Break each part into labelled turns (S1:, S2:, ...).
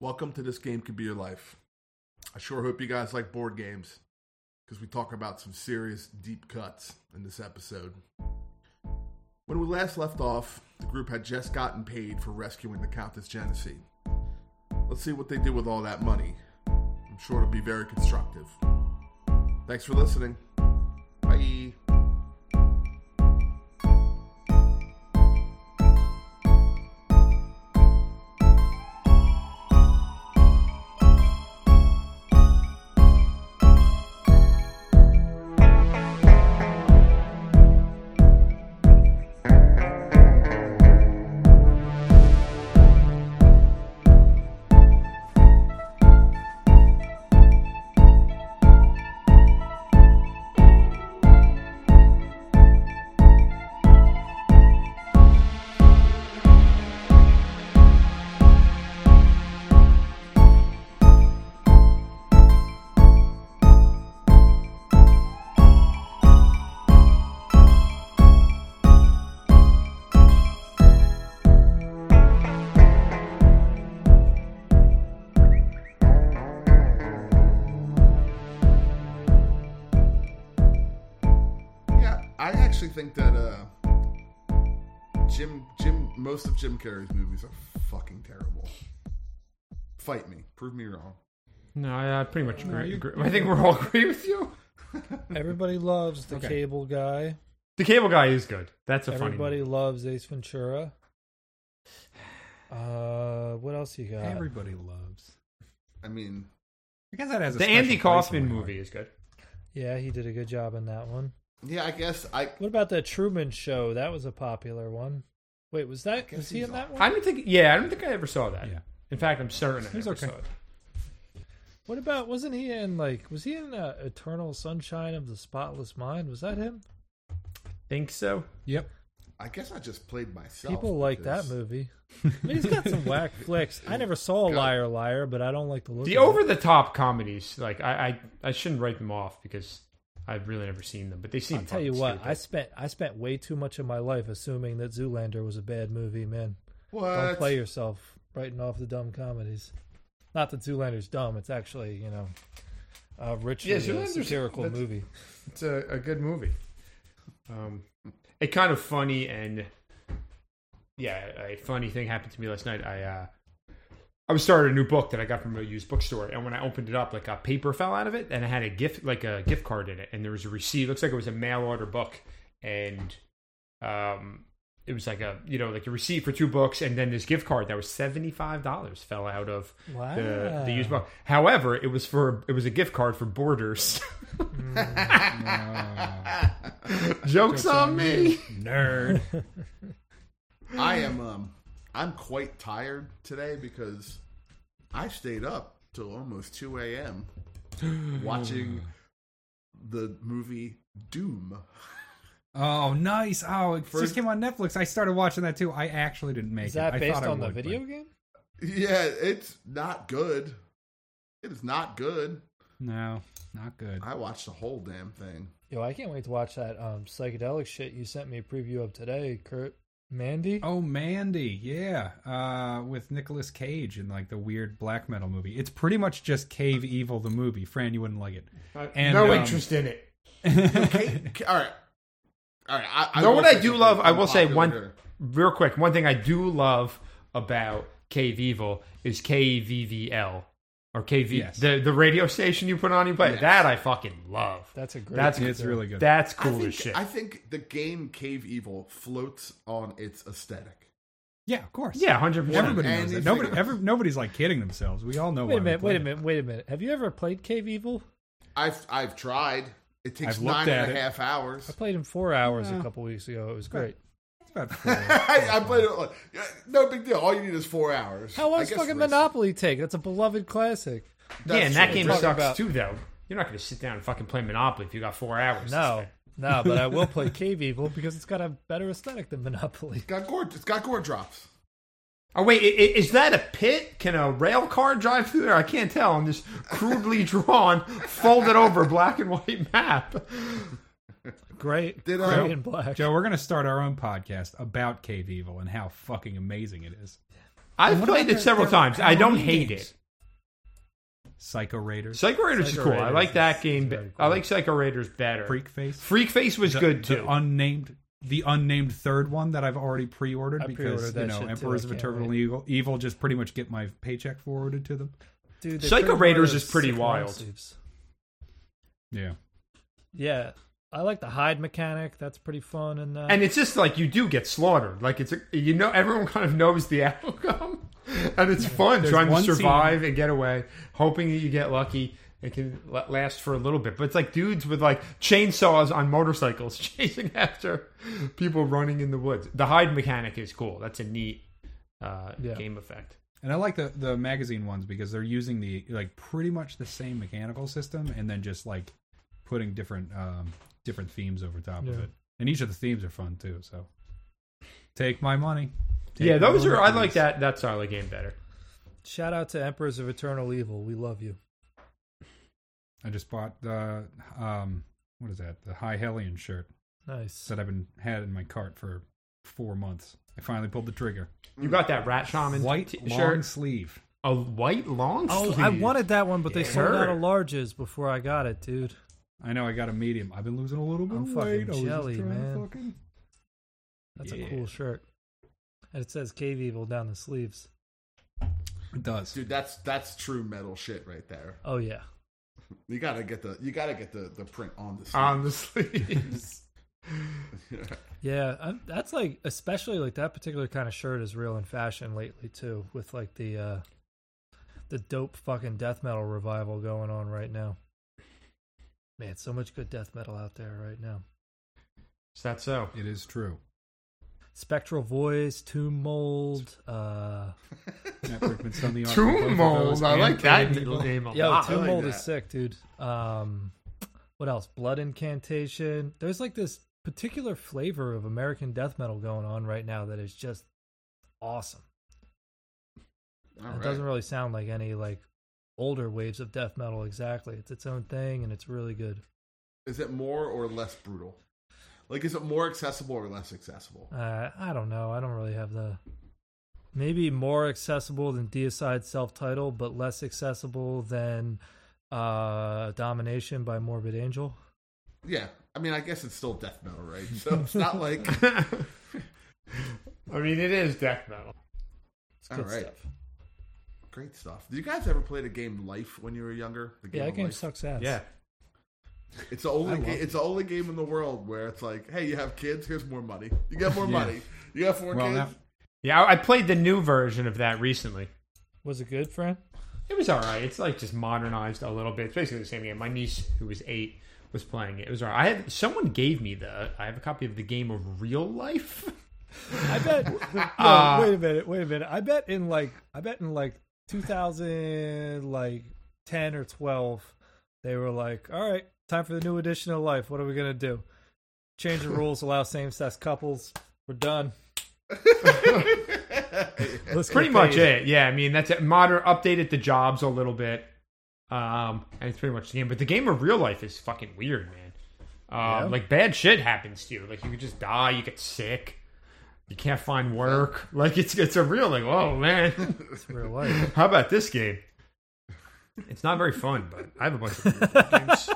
S1: Welcome to This Game Could Be Your Life. I sure hope you guys like board games because we talk about some serious deep cuts in this episode. When we last left off, the group had just gotten paid for rescuing the Countess Genesee. Let's see what they do with all that money. I'm sure it'll be very constructive. Thanks for listening. Bye. Yeah, I actually think that uh, Jim Jim most of Jim Carrey's movies are fucking terrible. Fight me, prove me wrong.
S2: No, I, I pretty much agree. agree- I think we're all agree with you.
S3: Everybody loves the
S2: Okay.
S3: cable guy.
S2: The Cable Guy is good. That's a
S3: Everybody
S2: funny. movie.
S3: loves Ace Ventura. Uh, what else you got?
S4: Everybody loves.
S1: I mean,
S4: I guess that has a
S2: The
S4: special
S2: Andy
S4: place in
S2: Kaufman
S4: my heart.
S2: movie is good.
S3: yeah, he did a good job in that one.
S1: yeah, I guess I
S3: What about the Truman Show? That was a popular one. Wait, was that
S1: guess
S3: was he
S1: he's
S3: in that one?
S2: I don't think. Yeah, I don't think I ever saw that.
S4: Yeah.
S2: In fact, I'm certain I
S4: It was
S2: never
S4: okay.
S2: saw it.
S3: What about wasn't he in like was he in uh, Eternal Sunshine of the Spotless Mind? Was that him?
S2: Think so.
S4: Yep.
S1: I guess I just played myself.
S3: People like
S1: because-
S3: that movie. I mean, he's got some whack flicks. I never saw a
S1: God.
S3: liar liar, but I don't like the look.
S2: The
S3: of it.
S2: over the top comedies, like I, I, I shouldn't write them off because I've really never seen them, but they seem.
S3: I'll tell
S2: fucking
S3: you what,
S2: stupid.
S3: I spent I spent way too much of my life assuming that Zoolander was a bad movie, man. Don't
S1: What?
S3: play yourself writing off the dumb comedies. Not that Zoolander's dumb, it's actually, you know, a richly
S2: Yeah,
S3: uh,
S2: Zoolander's-
S3: satirical
S2: that's-
S3: movie.
S2: It's a, a good movie. Um, a kind of funny and yeah, a funny thing happened to me last night. I uh, I was starting a new book that I got from a used bookstore, and when I opened it up, like a paper fell out of it, and it had a gift, like a gift card in it, and there was a receipt. Looks like it was a mail order book, and um, it was like a you know like a receipt for two books, and then this gift card that was seventy five dollars fell out of
S3: Wow.
S2: the, the used book. However, it was for it was a gift card for Borders. Jokes on me.
S4: Nerd.
S1: I am um I'm quite tired today because I stayed up till almost two AM watching the movie Doom.
S4: Oh, nice. Oh, it
S1: First-
S4: just came on Netflix. I started watching that too. I actually didn't make
S3: Is
S4: it.
S3: that
S4: I
S3: based
S4: thought I
S3: on the
S4: would,
S3: video
S4: but-
S3: game?
S1: Yeah, it's not good. It is not good.
S4: No, not good.
S1: I watched the whole damn thing.
S3: Yo, I can't wait to watch that um, psychedelic shit you sent me a preview of today, Kurt. Mandy?
S4: Oh, Mandy. Yeah. Uh, with Nicolas Cage in like the weird black metal movie. It's pretty much just Cave Evil, the movie. Fran, you wouldn't like it. And,
S2: Uh, no
S4: um,
S2: interest in it.
S1: Hey, k- all right. All right. I, I
S2: No,
S1: will
S2: what I
S1: say
S2: do
S1: something
S2: love, I will say
S1: unpopular
S2: one
S1: here.
S2: real quick. One thing I do love about Cave Evil is KVVL or KV
S4: Yes.
S2: the the radio station you put on you play
S1: Yes.
S2: that I fucking love.
S3: That's a great
S2: That's
S4: It's really good.
S2: That's
S1: I
S2: cool
S1: think,
S2: as shit.
S1: I think the game Cave Evil floats on its aesthetic.
S4: yeah, of course.
S2: yeah, hundred percent.
S4: Everybody knows
S1: Anything.
S4: that. Nobody, every, nobody's like kidding themselves. We all know.
S3: Wait
S4: why
S3: a
S4: we
S3: minute,
S4: play
S3: wait a
S4: it.
S3: minute, wait a minute. Have you ever played Cave Evil?
S1: I've I've tried. It takes
S4: I've looked
S1: nine and
S4: at
S1: a
S4: it.
S1: half hours.
S3: I played in four hours
S4: Yeah.
S3: a couple weeks ago. It was great.
S4: It's about four.
S1: I, I played it. like, yeah, No big deal. All you need is four hours.
S3: How
S1: I
S3: long's
S1: guess
S3: fucking
S1: risk-
S3: Monopoly take? That's a beloved classic.
S2: Yeah, and that
S1: true.
S2: game
S3: Talking
S2: sucks
S3: about-
S2: too though. You're not gonna sit down and fucking play Monopoly if you got four hours. to
S3: No,
S2: spend.
S3: no, but I will play Cave Evil because it's got a better aesthetic than Monopoly.
S1: It's got gore. It's got gore drops.
S2: Oh wait, i- i- is that a pit? Can a rail car drive through there? I can't tell on this crudely drawn, folded over black and white map.
S3: Great,
S1: Did
S3: gray
S1: I-
S3: and black.
S4: Joe, we're going to start our own podcast about Cave Evil and how fucking amazing it is.
S2: I've
S4: What
S2: played
S4: about
S2: it
S4: their-
S2: several
S4: their
S2: times. I don't
S4: Halloween
S2: hate
S4: games?
S2: it.
S4: Psycho Raiders,
S2: Psycho Raiders is
S3: Psycho
S2: cool. I
S3: Raiders
S2: like that
S3: is
S2: game. be-
S3: very
S2: I
S3: cool.
S2: like Psycho Raiders better. Freak,
S4: Freak Face.
S2: Face was
S4: The-
S2: good
S4: the
S2: too.
S4: unnamed, the unnamed third one that I've already pre-ordered
S3: I
S4: because
S3: pre-ordered that
S4: you know
S3: shit, too. I
S4: Emperors of
S3: can't
S4: Eternal
S3: wait.
S4: Evil, Evil just pretty much get my paycheck forwarded to them.
S3: Dude, they
S2: Psycho
S3: couldn't
S2: Raiders
S3: wear
S2: is
S3: those
S2: pretty
S3: sick long
S2: wild.
S3: sleeves.
S4: Yeah,
S3: Yeah, I like the hide mechanic. That's pretty fun. And, uh,
S2: and it's just like you do get slaughtered. Like it's a, you know everyone kind of knows the outcome, and it's fun
S4: There's
S2: trying to
S4: one scene-
S2: survive and get away, hoping that you get lucky. It can la- last for a little bit, but it's like dudes with like chainsaws on motorcycles chasing after people running in the woods. The hide mechanic is cool. That's a neat uh,
S3: Yeah.
S2: game effect.
S4: and I like the the magazine ones because they're using the like pretty much the same mechanical system and then just like putting different um different themes over top of
S3: Yeah.
S4: it. And each of the themes are fun too. So take my money. Take
S2: yeah,
S4: my
S2: those
S4: money,
S2: are. I
S4: please.
S2: like that. That style of game better.
S3: shout out to Emperors of Eternal Evil. We love you.
S4: I just bought the um what is that? The High Hellion shirt
S3: Nice.
S4: that I've been had in my cart for four months. I finally pulled the trigger.
S2: You got that rat shaman
S4: White
S2: t-
S4: long
S2: shirt,
S4: sleeve.
S2: a white long
S3: Oh,
S2: sleeve.
S3: I wanted that one, but they
S2: It
S3: sold out of
S2: hurt.
S3: larges before I got it, dude.
S4: I know I got a medium. I've been losing a little bit
S3: I'm
S4: of
S3: fucking
S4: weight. Oh, I was just
S3: jelly,
S4: trying to
S3: man.
S4: fucking-
S3: That's
S4: Yeah.
S3: a cool shirt. And it says Cave Evil down the sleeves.
S4: It does.
S1: Dude, that's that's true metal shit right there.
S3: Oh yeah.
S1: You gotta get the you gotta get the, the print on this.
S2: on the sleeves.
S3: Yeah, i that's like especially like that particular kind of shirt is real in fashion lately too with like the uh the dope fucking death metal revival going on right now. Man, so much good death metal out there right now.
S2: Is that so?
S4: It is true.
S3: Spectral Voice, Tomb Mold, uh
S4: Matt Brickman's done the art for both of
S2: Tomb
S4: those
S2: mold. I
S4: and
S2: like that
S4: Cave Evil.
S2: name a
S3: Yo,
S2: lot.
S1: I
S3: Tomb
S1: like
S3: Mold is
S1: that.
S3: sick, dude. Um, what else? Blood Incantation. There's like this particular flavor of American death metal going on right now that is just awesome.
S1: All
S3: it
S1: right.
S3: doesn't really sound like any like older waves of death metal exactly. It's its own thing and it's really good.
S1: Is it more or less brutal? Like, is it more accessible or less accessible?
S3: Uh, I don't know. I don't really have the maybe more accessible than Deicide self-title, but less accessible than uh, Domination by Morbid Angel.
S1: Yeah, I mean, I guess it's still death metal, right? So it's not like
S2: I mean, it is death metal.
S3: It's
S1: All
S3: good
S1: right.
S3: stuff.
S1: great stuff. Did you guys ever play the game Life when you were younger? The
S3: Yeah, that
S1: of
S3: game
S1: Life?
S3: sucks ass.
S2: Yeah.
S1: It's the only
S4: I love
S1: ga-
S4: it.
S1: it's the only game in the world where it's like, hey, you have kids, here's more money. You got more
S4: Yeah.
S1: money. You got four
S4: Well,
S1: kids.
S4: that-
S2: Yeah, I I played the new version of that recently.
S3: Was it good, friend?
S2: It was all right. It's like just modernized a little bit. It's basically the same game. My niece, who was eight, was playing it. It was all right. I had someone gave me the. I have a copy of the game of Real Life.
S3: I bet. no,
S2: Uh,
S3: wait a minute. Wait a minute. I bet in like I bet in like 2000 like 10 or 12 they were like, "All right, time for the new edition of life. What are we going to do? Change the rules, allow same-sex couples. We're done." Let's get
S2: Pretty much
S3: paid.
S2: it. Yeah, I mean that's it. Modern updated the jobs a little bit. Um, and it's pretty much the game. But the game of real life is fucking weird, man. Um,
S3: Yeah.
S2: like bad shit happens to you. Like you could just die, you get sick, you can't find work. Like it's it's a real like, whoa man.
S3: It's real life.
S2: How about this game? It's not very fun, but I have a bunch of weird games.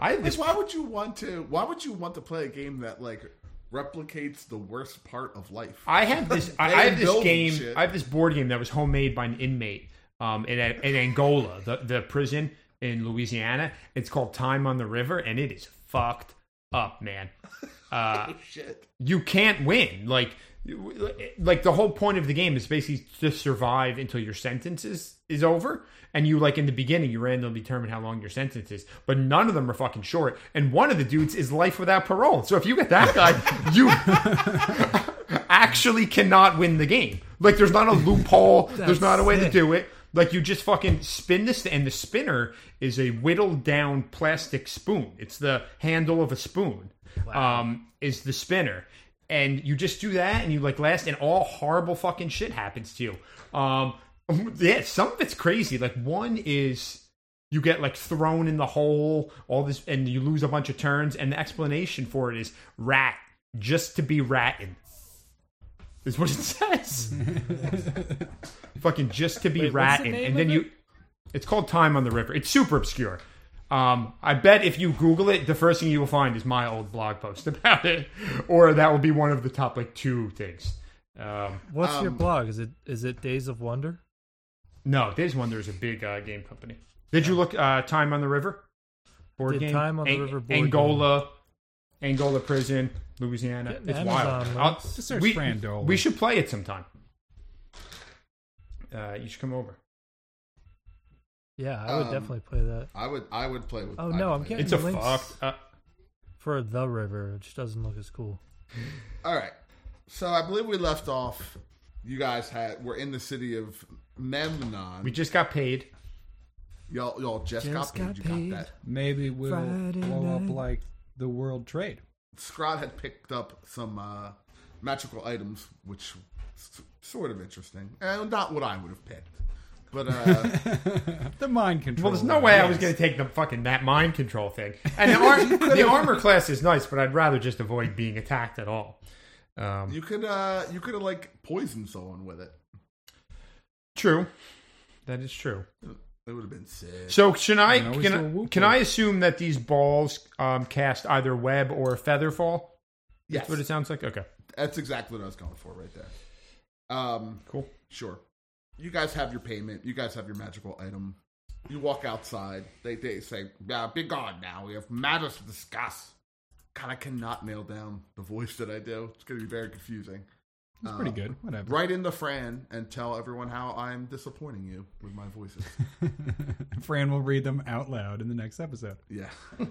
S2: I have
S1: Like,
S2: this
S1: why would you want to? Why would you want to play a game that like replicates the worst part of life?
S2: I have this. I,
S1: They
S2: I have this
S1: build
S2: game.
S1: shit.
S2: I have this board game that was homemade by an inmate um, in, in Angola, the, the prison in Louisiana. It's called Time on the River, and it is fucked up, man. Uh,
S1: Shit.
S2: you can't win. Like, you- like the whole point of the game is basically to survive until your sentence is, is over. And you like in the beginning, you randomly determine how long your sentence is, but none of them are fucking short. And one of the dudes is life without parole. So if you get that guy, you actually cannot win the game. Like, there's not a loophole. there's not a way to
S3: sick.
S2: do it. Like, you just fucking spin this, and the spinner is a whittled down plastic spoon. It's the handle of a spoon. Um, is the spinner, and you just do that, and you like last, and all horrible fucking shit happens to you. Um, yeah, some of it's crazy. Like, one is you get like thrown in the hole all this and you lose a bunch of turns and the explanation for it is rat just to be ratting is what it says. Fucking just to be
S3: Wait, what's the
S2: ratting,
S3: name
S2: and
S3: of
S2: then
S3: it?
S2: you. It's called Time on the River. It's super obscure. Um, I bet if you Google it, the first thing you will find is my old blog post about it, or that will be one of the top like two things. Um,
S3: What's your
S1: Um,
S3: blog? Is it is it Days of Wonder?
S2: no, Days Wonder is a big uh, game company. Did you look uh, Time on the River? Board
S3: Did
S2: game.
S3: Time on the
S2: An-
S3: River board
S2: Angola, Angola prison, Louisiana.
S3: Get an
S2: it's
S3: Amazon
S2: wild. I'll-
S3: link.
S4: Just search
S2: we,
S4: Fran Dolan.
S2: we should play it sometime. Uh, you should come over.
S3: Yeah, I would
S1: Um,
S3: definitely play that.
S1: I would I would play with.
S3: Oh,
S1: I
S3: no,
S1: would
S3: I'm
S1: play
S3: getting-
S2: It's a
S3: Links.
S2: fucked. Uh,
S3: For the river, it just doesn't look as cool.
S1: with- All right. So I believe we left off. You guys had were in the city of Memnon.
S2: we just got paid.
S1: y'all y'all just, got
S3: Just
S1: paid.
S3: got
S1: You
S3: paid.
S1: got that.
S4: Maybe we'll
S3: Friday
S4: blow up
S3: night.
S4: like the World Trade.
S1: Scrod had picked up some uh, magical items, which s- sort of interesting, and not what I would have picked. But uh,
S4: The mind control.
S2: Well,
S3: Oh,
S2: there's no way I was going to take the fucking that mind control thing. And the, ar- the armor class is nice, but I'd rather just avoid being attacked at all. Um,
S1: you could uh, you could have like poisoned someone with it.
S2: true, that is true.
S1: It would have been sick.
S2: So can I
S4: You can always do a
S2: can, I-
S4: whoop
S2: can
S4: whoop.
S2: I assume that these balls um, cast either web or feather fall?
S1: Yes,
S2: That's what it sounds like. Okay,
S1: that's exactly what I was going for right there. Um,
S2: cool.
S1: Sure. You guys have your payment. You guys have your magical item. You walk outside. They they say, "Yeah, be gone now. We have matters to discuss." God, I cannot nail down the voice that I do. It's going to be very confusing.
S4: It's pretty good. Whatever.
S1: Write in the Fran and tell everyone how I'm disappointing you with my voices.
S4: Fran will read them out loud in the next episode.
S1: yeah.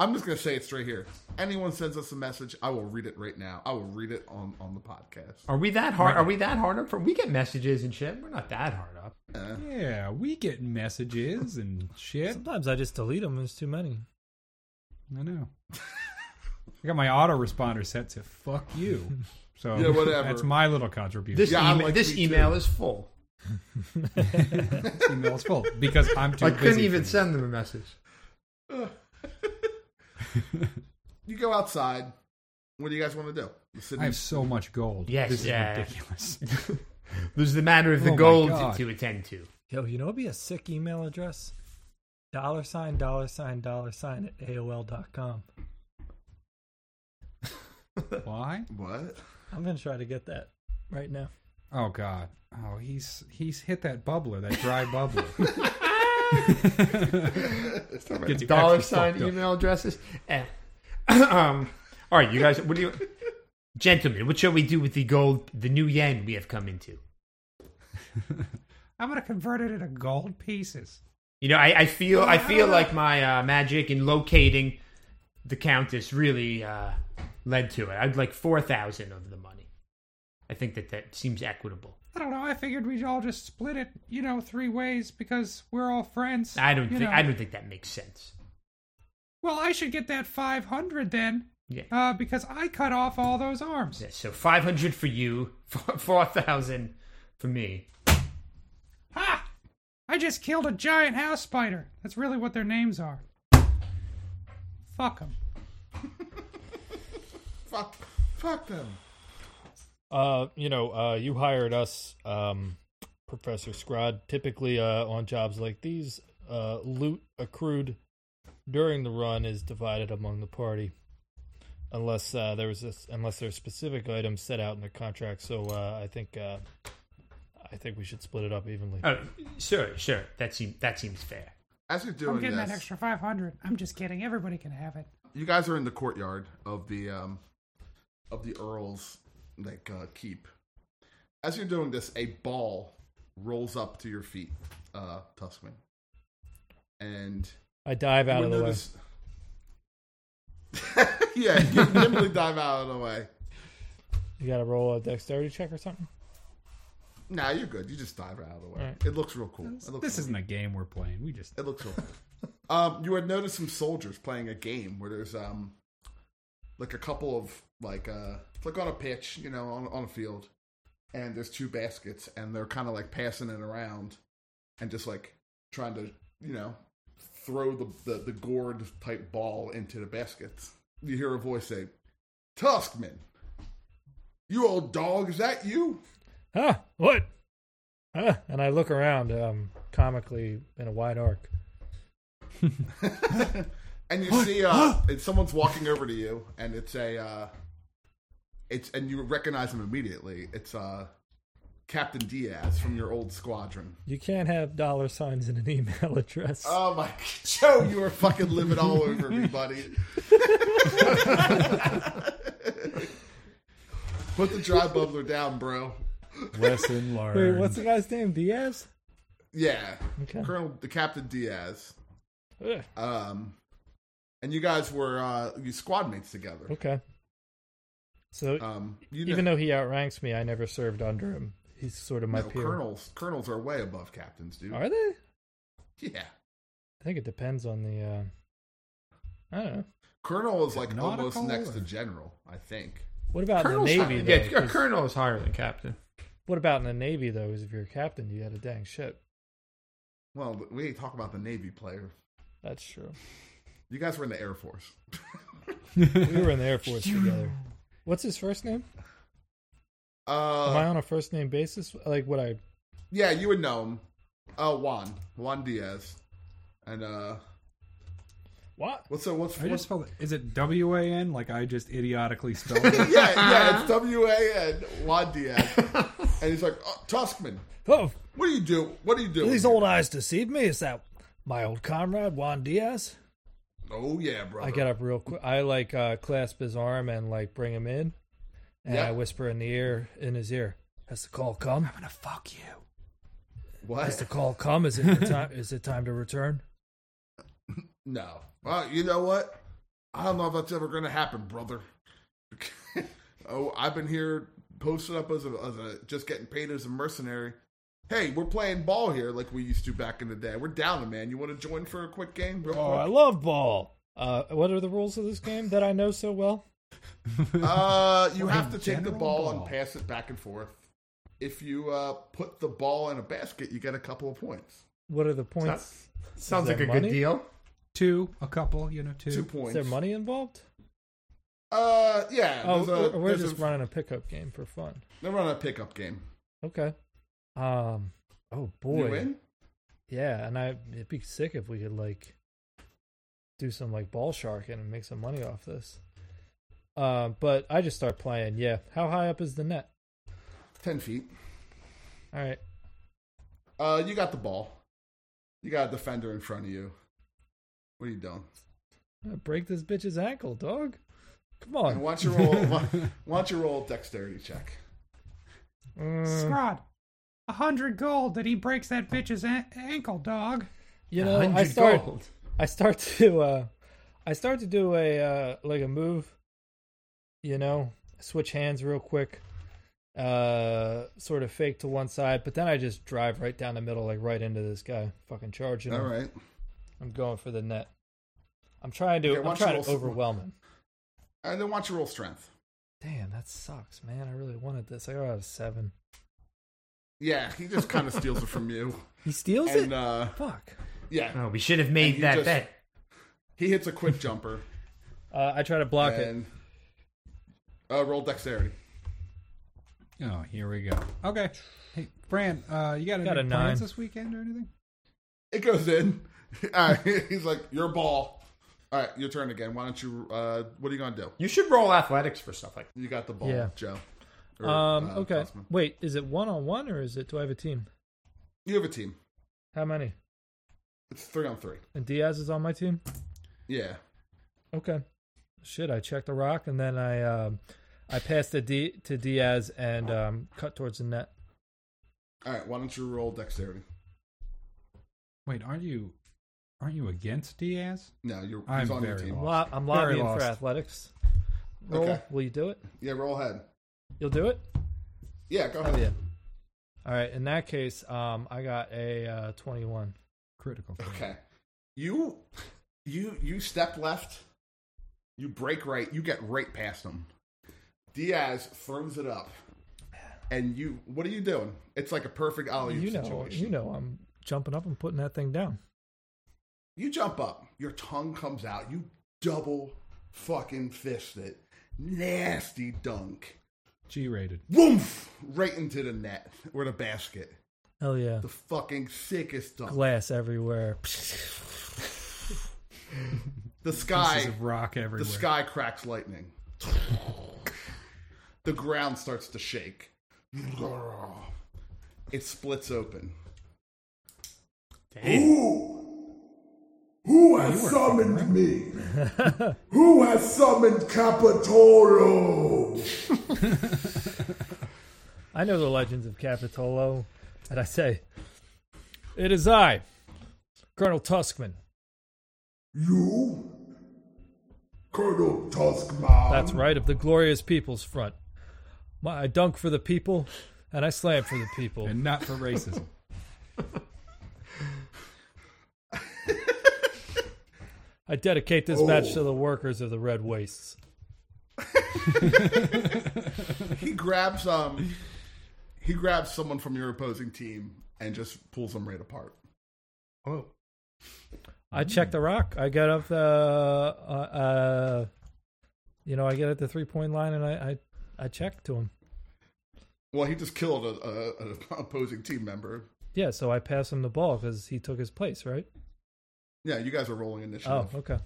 S1: I'm just going to say it straight here. Anyone sends us a message, I will read it right now. I will read it on, on the podcast.
S2: Are we that hard? Are we that hard up for? We get messages and shit. We're not that hard up.
S4: Yeah, we get messages and shit.
S3: Sometimes I just delete them. There's too many.
S4: I know. I got my autoresponder set to "fuck you," so
S1: Yeah, whatever.
S4: That's my little contribution.
S2: This
S1: Yeah, I'm
S2: email,
S1: like
S2: this
S1: me too.
S2: email is full.
S4: email is full because I'm too
S2: I
S4: busy.
S2: couldn't
S4: for
S2: even
S4: this.
S2: send them a message.
S1: You go outside. What do you guys want to do? The
S4: I have
S1: city's
S4: so much gold.
S2: Yes,
S4: this
S2: yeah.
S4: is ridiculous.
S2: There's the matter of the
S4: Oh my
S2: gold
S4: God.
S2: to attend to.
S3: Yo, you know what'd be a sick email address? Dollar sign, dollar sign, dollar sign at AOL.com.
S4: Why?
S1: what?
S3: I'm going to try to get that right now.
S4: Oh God! Oh, he's he's hit that bubbler, that dry bubbler. Gets you
S2: Dollar
S4: extra
S2: sign
S4: fucked up.
S2: email addresses. Eh. um, all right, you guys. What do you, gentlemen? What shall we do with the gold, the new yen we have come into?
S4: I'm gonna convert it into gold pieces.
S2: You know, I, I feel I feel like my uh, magic in locating the countess really uh, led to it. I'd like four thousand of the money. I think that that seems equitable.
S4: I don't know. I figured we'd all just split it, you know, three ways because we're all friends.
S2: I don't
S4: you
S2: think
S4: know.
S2: I don't think that makes sense.
S4: Well, I should get that 500 then,
S2: Yeah.
S4: uh, because I cut off all those arms.
S2: Yeah, so five hundred for you, four thousand for me.
S4: Ha! I just killed a giant house spider. That's really what their names are. Fuck them.
S1: Fuck, fuck them.
S5: Uh, you know, uh, you hired us, um, Professor Scrod. Typically, uh, on jobs like these, uh, loot accrued during the run is divided among the party, unless uh, there was this, unless there's specific items set out in the contract. So uh, I think uh, I think we should split it up evenly.
S2: Oh, sure, sure. That seems that seems fair.
S1: As you're
S4: Oh,
S1: doing this,
S4: 500. I'm just kidding. Everybody can have it.
S1: you guys are in the courtyard of the um, of the Earl's like uh, keep. As you're doing this, a ball rolls up to your feet, uh, Tuskman, and
S5: I dive out
S1: you
S5: of the way.
S1: notice- yeah, you nimbly dive out of the way.
S5: You got to roll a dexterity check or something.
S1: Nah, you're good. You just dive right out of the way.
S5: Alright.
S1: It looks real cool. It looks
S4: This
S1: real
S4: isn't a game we're playing. We just.
S1: It looks cool. um, you had noticed some soldiers playing a game where there's um, like a couple of like uh, it's like on a pitch, you know, on on a field, and there's two baskets, and they're kind of like passing it around, and just like trying to, you know, throw the the, the gourd type ball into the baskets. You hear a voice say, "Tuskman, You old dog, is that you?
S3: Huh? What? Huh? And I look around um, comically in a wide arc.
S1: And you see, uh, it's someone's walking over to you, and it's a, uh, it's and you recognize him immediately. It's uh, Captain Diaz from your old squadron.
S3: You can't have dollar signs in an email address.
S1: Oh my, Joe, you are fucking living all over me, buddy. Put the dry bubbler down, bro.
S4: Lesson learned.
S3: Wait, what's the guy's name? Diaz?
S1: Yeah,
S3: Okay.
S1: Colonel, the Captain Diaz.
S3: Ugh,
S1: Um, and you guys were uh, you squad mates together.
S3: Okay. So
S1: Um, you
S3: even
S1: know,
S3: though he outranks me, I never served under him. He's sort of my
S1: no,
S3: peer.
S1: colonels colonels are way above captains, dude.
S3: Are they? I
S1: Yeah,
S3: think it depends on the. Uh, I don't know.
S1: colonel is
S4: Is it
S1: like almost
S4: nautical
S1: next to
S4: or-
S1: general, I think.
S3: What about in the
S1: Colonel's
S3: navy?
S1: fine.
S3: Though?
S2: Yeah, a
S3: 'Cause
S2: colonel is higher than captain.
S3: What about in the navy though? Is if you're a captain, you got a dang ship.
S1: Well, but we ain't talk about the Navy player.
S3: That's true.
S1: You guys were in the Air Force.
S3: We were in the air force together. What's his first name? Am I
S1: Uh,
S3: on a first name basis? Like what I?
S1: yeah, you would know him. Uh, Juan Juan Diaz, and uh,
S3: What?
S1: what's the what's
S4: I
S1: what's-
S4: just spelled it. Is it W A N? Like I just idiotically spelled it.
S1: yeah yeah it's W A N Juan Diaz, and he's like oh, Tuskman.
S3: Oh,
S1: What do you do? What do you do?
S3: these old eyes deceive me. Is that my old comrade Juan Diaz?
S1: Oh yeah, brother.
S3: I get up real quick. I like uh, clasp his arm and like bring him in, and
S1: Yeah.
S3: I whisper in the ear in his ear. Has the call come?
S4: I'm gonna fuck you.
S1: What?
S3: Has the call come? Is it the time? Is it time to return?
S1: No. Well, you know what? I don't know if that's ever going to happen, brother. oh, I've been here posted up as a, as a just getting paid as a mercenary. Hey, we're playing ball here like we used to back in the day. We're down, a man. You want to join for a quick game? Real
S3: Oh, I
S1: quick?
S3: love ball. Uh, what are the rules of this game that I know so well?
S1: Uh, you
S4: We're
S1: have
S4: in
S1: to take the
S4: general
S1: ball, and
S4: ball.
S1: pass it back and forth. If you uh, put the ball in a basket, you get a couple of points.
S3: What are the points?
S2: Sounds
S3: Is
S2: like
S3: that
S2: a
S3: money?
S2: good deal.
S4: Two, a couple, you know, two.
S1: Two
S3: Is
S1: points.
S3: there money involved?
S1: Uh, yeah.
S3: Oh,
S1: there's a-
S3: we're- we're
S1: there's
S3: just
S1: a-
S3: running a pickup game for fun.
S1: They're running a pickup game.
S3: Okay. Um. Oh boy.
S1: You in?
S3: Yeah, and I it'd be sick if we could like do some like ball sharking and make some money off this. Um, but I just start playing. Yeah, how high up is the net?
S1: Ten feet.
S3: All right,
S1: Uh, you got the ball. You got a defender in front of you. What are you doing?
S3: I'm gonna break this bitch's ankle, dog. Come
S1: And
S3: on.
S1: why don't you roll? why, why don't you roll a dexterity check?
S3: Mm,
S4: Uh, Scrod. A hundred gold that he breaks that bitch's an- ankle, dog.
S3: you know, I
S2: 100
S3: start.
S2: gold.
S3: I start to. Uh, I start to do a uh, like a move. You know, switch hands real quick. Uh, sort of fake to one side, but then I just drive right down the middle, like right into this guy, fucking charging.
S1: All
S3: him.
S1: right.
S3: I'm going for the net. I'm trying to.
S1: Okay,
S3: I'm
S1: watch
S3: trying
S1: the
S3: to
S1: roll-
S3: overwhelm him.
S1: And then why don't you roll strength?
S3: Damn, that sucks, man. I really wanted this. I got a seven.
S1: Yeah, he just kind of steals it from you.
S6: He steals it.
S1: And uh,
S3: Fuck.
S1: yeah,
S2: Oh, we should have
S1: And
S2: made
S1: you
S2: that
S1: just-
S2: bet.
S1: he hits a quick jumper
S3: Uh, I try to block it.
S1: and uh, roll dexterity.
S4: Oh, here we go. Okay. Hey, Bran, uh, you got,
S3: Got
S4: any
S3: a nine.
S4: plans this weekend or anything?
S1: It goes in. All right, he's like, "Your ball." All right, your turn again. Why don't you? Uh, what are you gonna do?
S2: You should roll athletics for stuff like that.
S1: You got the ball,
S3: Yeah.
S1: Joe. Or,
S3: Um.
S1: uh,
S3: okay.
S1: Cosman.
S3: Wait. Is it one on one or is it? Do I have a team?
S1: You have a team.
S3: How many?
S1: It's three on three.
S3: And Diaz is on my team.
S1: Yeah.
S3: Okay. Shit. I checked the rock and then I um, I passed it D- to Diaz and um, cut towards the net.
S1: All right. Why don't you roll dexterity?
S4: Wait, aren't you aren't you against Diaz?
S1: No, you're
S4: I'm
S1: he's on your
S4: very
S1: team.
S4: lost.
S3: Lo- I'm
S4: Very
S3: lobbying for
S4: lost.
S3: athletics. Roll.
S1: Okay.
S3: Will you do it?
S1: Yeah, roll ahead.
S3: You'll do it.
S1: Yeah, go
S3: Oh,
S1: ahead.
S3: yeah. All right. In that case, um, I got a uh, 21.
S4: Critical. fail.
S1: Okay. You you you step left, you break right, you get right past him. Diaz throws it up. And you what are you doing? It's like a perfect alley
S3: you know,
S1: situation.
S3: you know, I'm jumping up and putting that thing down.
S1: You jump up, your tongue comes out, you double fucking fist it. Nasty dunk.
S4: G rated.
S1: Woof! Right into the net or the basket.
S3: Hell yeah.
S1: The fucking sickest dunk.
S3: Glass everywhere.
S1: the sky.
S4: Pieces of rock everywhere.
S1: The sky cracks lightning. the ground starts to shake. It splits open. Who? Who has summoned me? Who has summoned Capitolo?
S3: I know the legends of Capitolo, and I say,
S5: It is I.
S3: Colonel Tuskman.
S1: You? Colonel Tuskman?
S3: That's
S4: Um,
S3: right, of the glorious people's front. My, I dunk for the people, and I slam for the people.
S4: and not for racism.
S3: I dedicate this match
S4: Oh.
S3: to the workers of the Red Wastes.
S1: He grabs um he grabs someone from your opposing team and just pulls them right apart.
S2: Oh,
S3: I
S4: Mm.
S3: check the rock. I get up the, uh, uh, you know, I get at the three point line, and I, I, I check to him.
S1: Well, he just killed a, a, an opposing team member.
S3: Yeah, so I pass him the ball because he took his place, right?
S1: Yeah, you guys are rolling initiative.
S3: Oh, okay.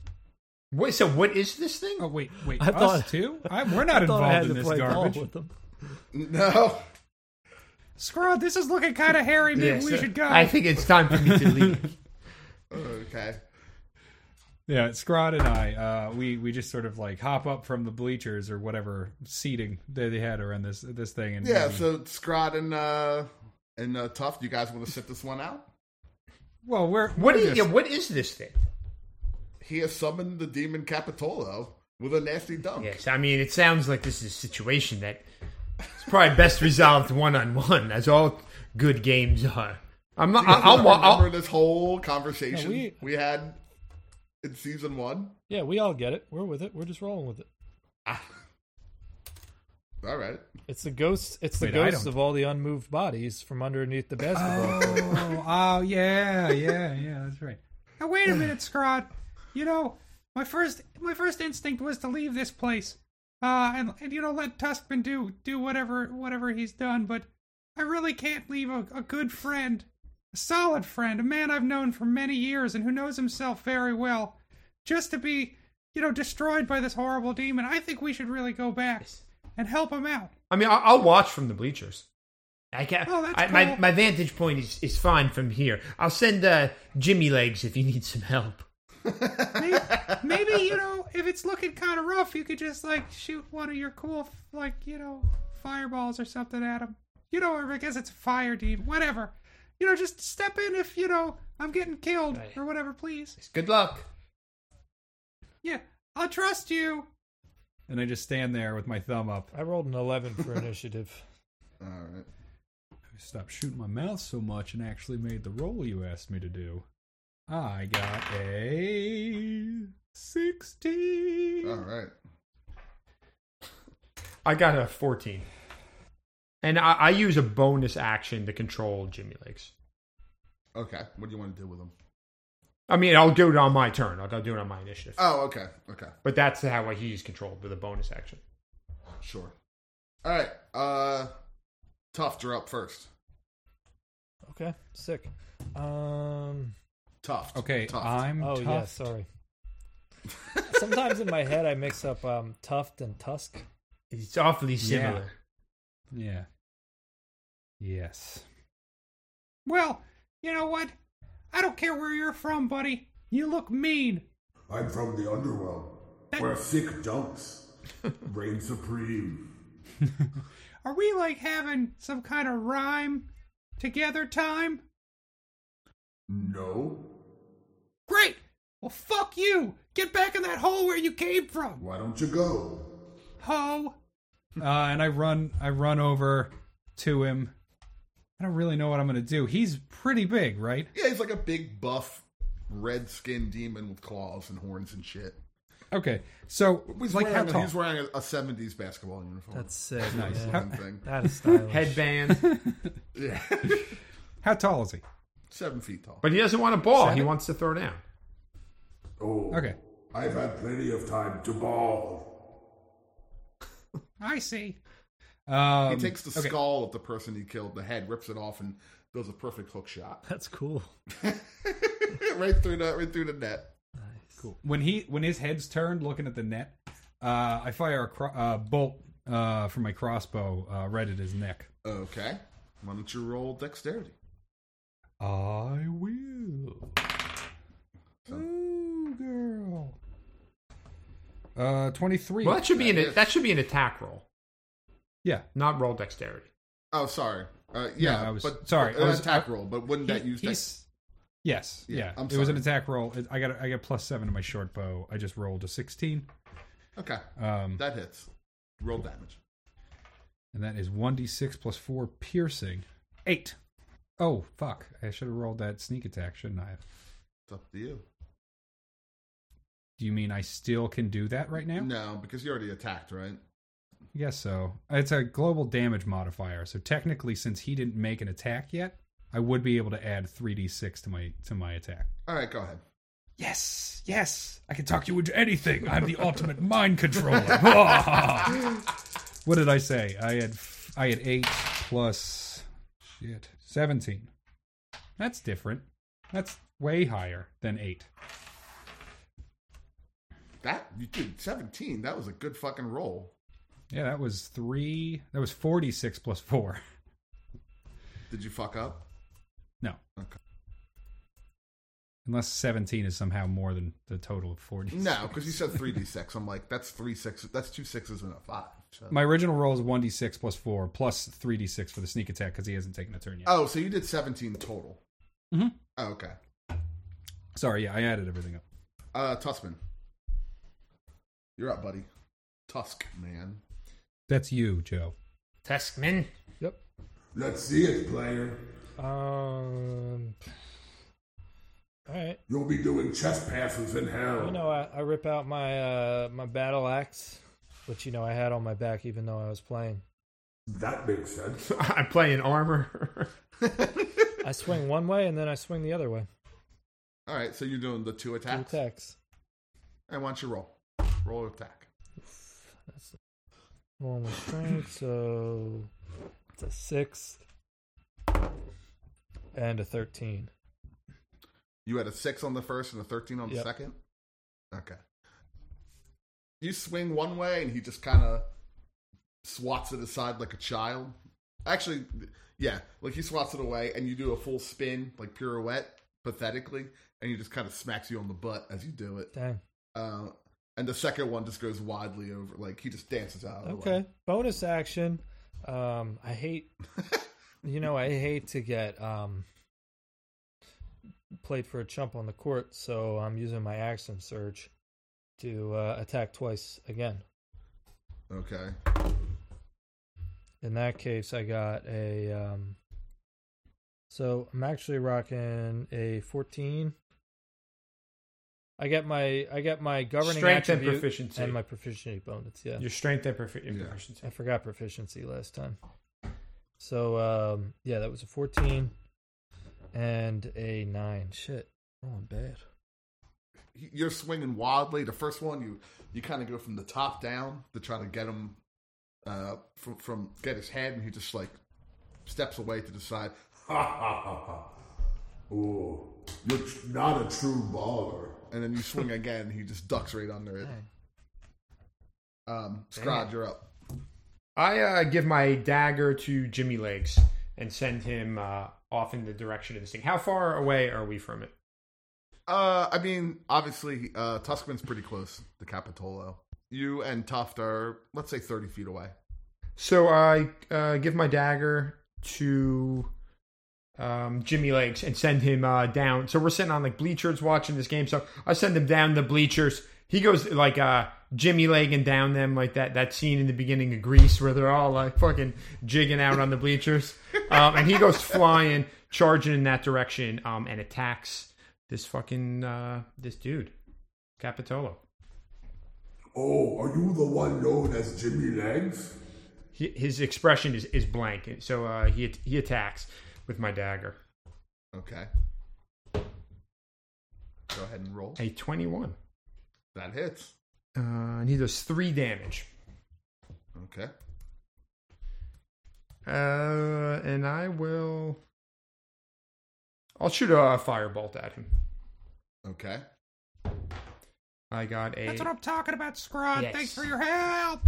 S2: wait. So what is this thing?
S4: Oh wait, wait,
S3: I
S4: us
S3: thought-
S4: too? I, we're not
S3: I thought I had
S4: involved in
S3: to
S4: this
S3: play
S4: garbage.
S3: ball with them.
S1: No.
S4: Scrub, this is looking kind of hairy. Maybe
S2: Yes,
S4: we
S2: uh,
S4: should go.
S2: I think it's time for me to leave.
S1: Okay.
S4: Yeah, Scrod and I, uh, we we just sort of like hop up from the bleachers or whatever seating that they had around this this thing, and
S1: Yeah,
S4: we-
S1: so Scrod and uh and uh Tuft, you guys want to sit this one out?
S4: well, we're
S2: What is yeah, what is this thing?
S1: He has summoned the demon Capitolo with a nasty dunk.
S2: Yes, I mean it sounds like this is a situation that it's probably best resolved one on one, as all good games are. I'm not. I,
S1: I'll,
S2: I'll, wa- I'll,
S1: remember this whole conversation
S5: Yeah,
S1: we...
S5: we-
S1: had in season one.
S5: Yeah, we all get it. We're with it. We're just rolling with it.
S1: All right.
S5: It's the ghosts. It's the
S4: Wait, I
S5: ghosts
S4: don't-
S5: of all the unmoved bodies from underneath the basketball court.
S4: Oh, oh yeah, yeah, yeah. That's right. Now wait a minute, Scrod. You know, my first my first instinct was to leave this place, uh, and and you know let Tuskman do do whatever whatever he's done. But I really can't leave a, a good friend, a solid friend, a man I've known for many years and who knows himself very well, just to be you know destroyed by this horrible demon. I think we should really go back and help him out.
S2: I mean, I'll, I'll watch from the bleachers. I can't.
S4: Oh, that's
S2: I, my
S4: cool.
S2: my vantage point is, is fine from here. I'll send uh, Jimmy legs if you need some help.
S4: maybe, maybe you know if it's looking kind of rough you could just like shoot one of your cool like you know fireballs or something at him you know or i guess it's a fire deed whatever you know just step in if you know i'm getting killed
S2: Right.
S4: or whatever please
S2: Good luck.
S4: yeah i'll trust you and i just stand there with my thumb up
S5: I rolled an 11 for initiative.
S1: All right.
S4: stop shooting my mouth so much and actually made the roll you asked me to do i got a 16
S1: All right.
S2: I got a fourteen, and I, I use a bonus action to control Jimmy legs.
S1: Okay. What do you want to do with him?
S2: I mean, I'll do it on my turn. I'll go do it on my initiative.
S1: Oh, okay. Okay.
S2: but that's how he's controlled with a bonus action.
S1: Sure. All right. Uh Tuft, you're up first.
S5: Okay, sick. Um.
S1: Tuft.
S4: okay
S1: Tuft.
S4: i'm
S5: Oh
S4: tough
S5: yeah, sorry. Sometimes in my head I mix up um, Tuft and Tusk.
S2: It's awfully similar.
S4: Yeah. Yeah. Yes. Well, you know what? I don't care where you're from, buddy. You look mean.
S7: I'm from the underworld, where sick dunks reign supreme.
S4: Are we like having some kind of rhyme together time?
S7: No?
S4: Great! Well, fuck you! Get back in that hole where you came from,
S7: Why don't you go?
S4: ho! Uh, and I run, I run over to him. I don't really know what I'm gonna do. He's pretty big, right?
S1: Yeah, he's like a big buff red skinned demon with claws and horns and shit.
S4: Okay, so
S1: He's
S4: like how
S1: wearing,
S4: tall?
S1: he's wearing a, a 70s basketball uniform.
S3: That's sick.
S4: Nice.
S3: man.
S4: How-
S1: thing.
S3: That is stylish.
S2: Headband,
S1: Yeah.
S4: How tall is he?
S1: Seven feet tall.
S2: but he doesn't want a ball. He
S4: Seven.
S2: wants to throw down.
S7: Oh,
S4: Okay,
S7: I've had plenty of time to ball.
S4: I see.
S1: He
S4: Um,
S1: takes the
S4: okay.
S1: skull of the person he killed, the head, rips it off, and does a perfect hook shot
S8: That's cool.
S1: right through the right through the net.
S8: Nice. Cool.
S4: when he when his head's turned looking at the net, uh, I fire a cro- uh, bolt uh, from my crossbow uh, right at his neck.
S1: Okay, why don't you roll dexterity?
S4: I will. Ooh, girl. Uh, twenty three.
S2: Well, that should be an that should be an attack roll,
S4: Yeah.
S2: not roll dexterity.
S1: Oh, sorry. Uh, yeah,
S4: No, I was-
S1: but
S4: sorry,
S1: an
S4: I was-
S1: attack roll. But wouldn't that
S4: He-
S1: use dex-
S4: he's- Yes.
S1: Yeah,
S4: Yeah.
S1: I'm
S4: it was an
S1: sorry.
S4: attack roll. It- I got a, I got plus seven to my short bow. I just rolled a sixteen.
S1: Okay,
S4: Um,
S1: that hits. Roll damage.
S4: and that is one d six plus four piercing. Eight. Oh fuck! I should have rolled that sneak attack, shouldn't I?
S1: It's up to you.
S4: Do you mean I still can do that right now?
S1: No, because you already attacked, right?
S4: I guess so. It's a global damage modifier, so technically, since he didn't make an attack yet, I would be able to add three d six to my to my attack.
S1: All right, go ahead.
S4: Yes, yes, I can talk you into anything. I'm the ultimate mind controller. what did I say? I had I had eight plus shit seventeen. That's different. That's way higher than eight.
S1: That you did seventeen. That was a good fucking roll.
S4: Yeah, that was three. That was forty six plus four.
S1: Did you fuck up?
S4: No.
S1: Okay.
S4: Unless 17 is somehow more than the total of 40.
S1: No, because you said three d six. I'm like, that's three six. That's two sixes and a five. So.
S4: My original roll is 1d6 plus 4 plus 3d6 for the sneak attack because he hasn't taken a turn yet.
S1: oh, so you did seventeen total.
S4: Mhm.
S1: Oh, okay.
S4: Sorry, yeah, I added everything up.
S1: Uh, Tuskman, you're up, buddy. Tusk man.
S4: That's you, Joe.
S2: Teskman.
S7: Let's see it, player.
S3: Um. All right.
S7: You'll be doing chess passes in hell.
S3: You know, I, I rip out my uh my battle axe, which you know I had on my back even though I was playing.
S7: That makes sense.
S2: I'm playing armor.
S3: I swing one way and then I swing the other way.
S1: All right, so you're doing the two
S3: Two
S1: attacks.
S3: attacks.
S1: And why don't you roll? Roll attack.
S3: That's one with strength, so it's a six and a thirteen.
S1: You had a six on the first and a thirteen on the
S3: Yep.
S1: second. Okay. You swing one way, and he just kind of swats it aside like a child. Actually, yeah, like he swats it away, and you do a full spin, like pirouette, pathetically, and he just kind of smacks you on the butt as you do it.
S3: Dang.
S1: Uh, and the second one just goes widely over, like he just dances out. Of the
S3: Okay.
S1: way.
S3: Bonus action. Um, I hate. you know, I hate to get um played for a chump on the court, so I'm using my action surge to uh, attack twice again.
S1: okay.
S3: In that case, I got a. Um, so I'm actually rocking a 14. I get my I get my governing
S2: Strength and
S3: attribute
S2: proficiency.
S3: and my proficiency bonus. Yeah,
S2: Your strength and profi- and
S1: Yeah.
S2: proficiency.
S3: I forgot proficiency last time. So um, yeah, that was a 14 and a nine. Shit, rolling bad.
S1: you're swinging wildly. The first one, you you kind of go from the top down to try to get him uh, from from get his head, and he just like steps away to the side.
S7: Ha ha ha ha. Oh, you're tr- not a true baller.
S1: And then you swing again, and he just ducks right under it.
S3: Dang.
S1: Um, Scrod, you're up.
S2: I uh, give my dagger to Jimmy Legs and send him uh, off in the direction of this thing. How far away are we from it?
S1: Uh, I mean, obviously, uh, Tuskman's pretty close to Capitolo. You and Tuft are, let's say, thirty feet away.
S2: So I uh, give my dagger to um, Jimmy Legs and send him uh, down. So we're sitting on like bleachers watching this game. So I send him down the bleachers. He goes like uh, Jimmy legging down them like that that scene in the beginning of Greece where they're all like fucking jigging out on the bleachers. Um, and he goes flying, charging in that direction, um, and attacks this fucking uh, this dude, Capitolo.
S7: Oh, are you the one known as Jimmy Legs?
S2: He, his expression is, is blank, so uh, he he attacks with my dagger.
S1: Okay. Go ahead and roll.
S2: A 21.
S1: That hits.
S2: Uh, and he does three damage.
S1: Okay.
S2: Uh, and I will. I'll shoot a firebolt at him.
S1: Okay.
S2: I got a.
S4: That's what I'm talking about, Scrod.
S2: Yes.
S4: Thanks for your help.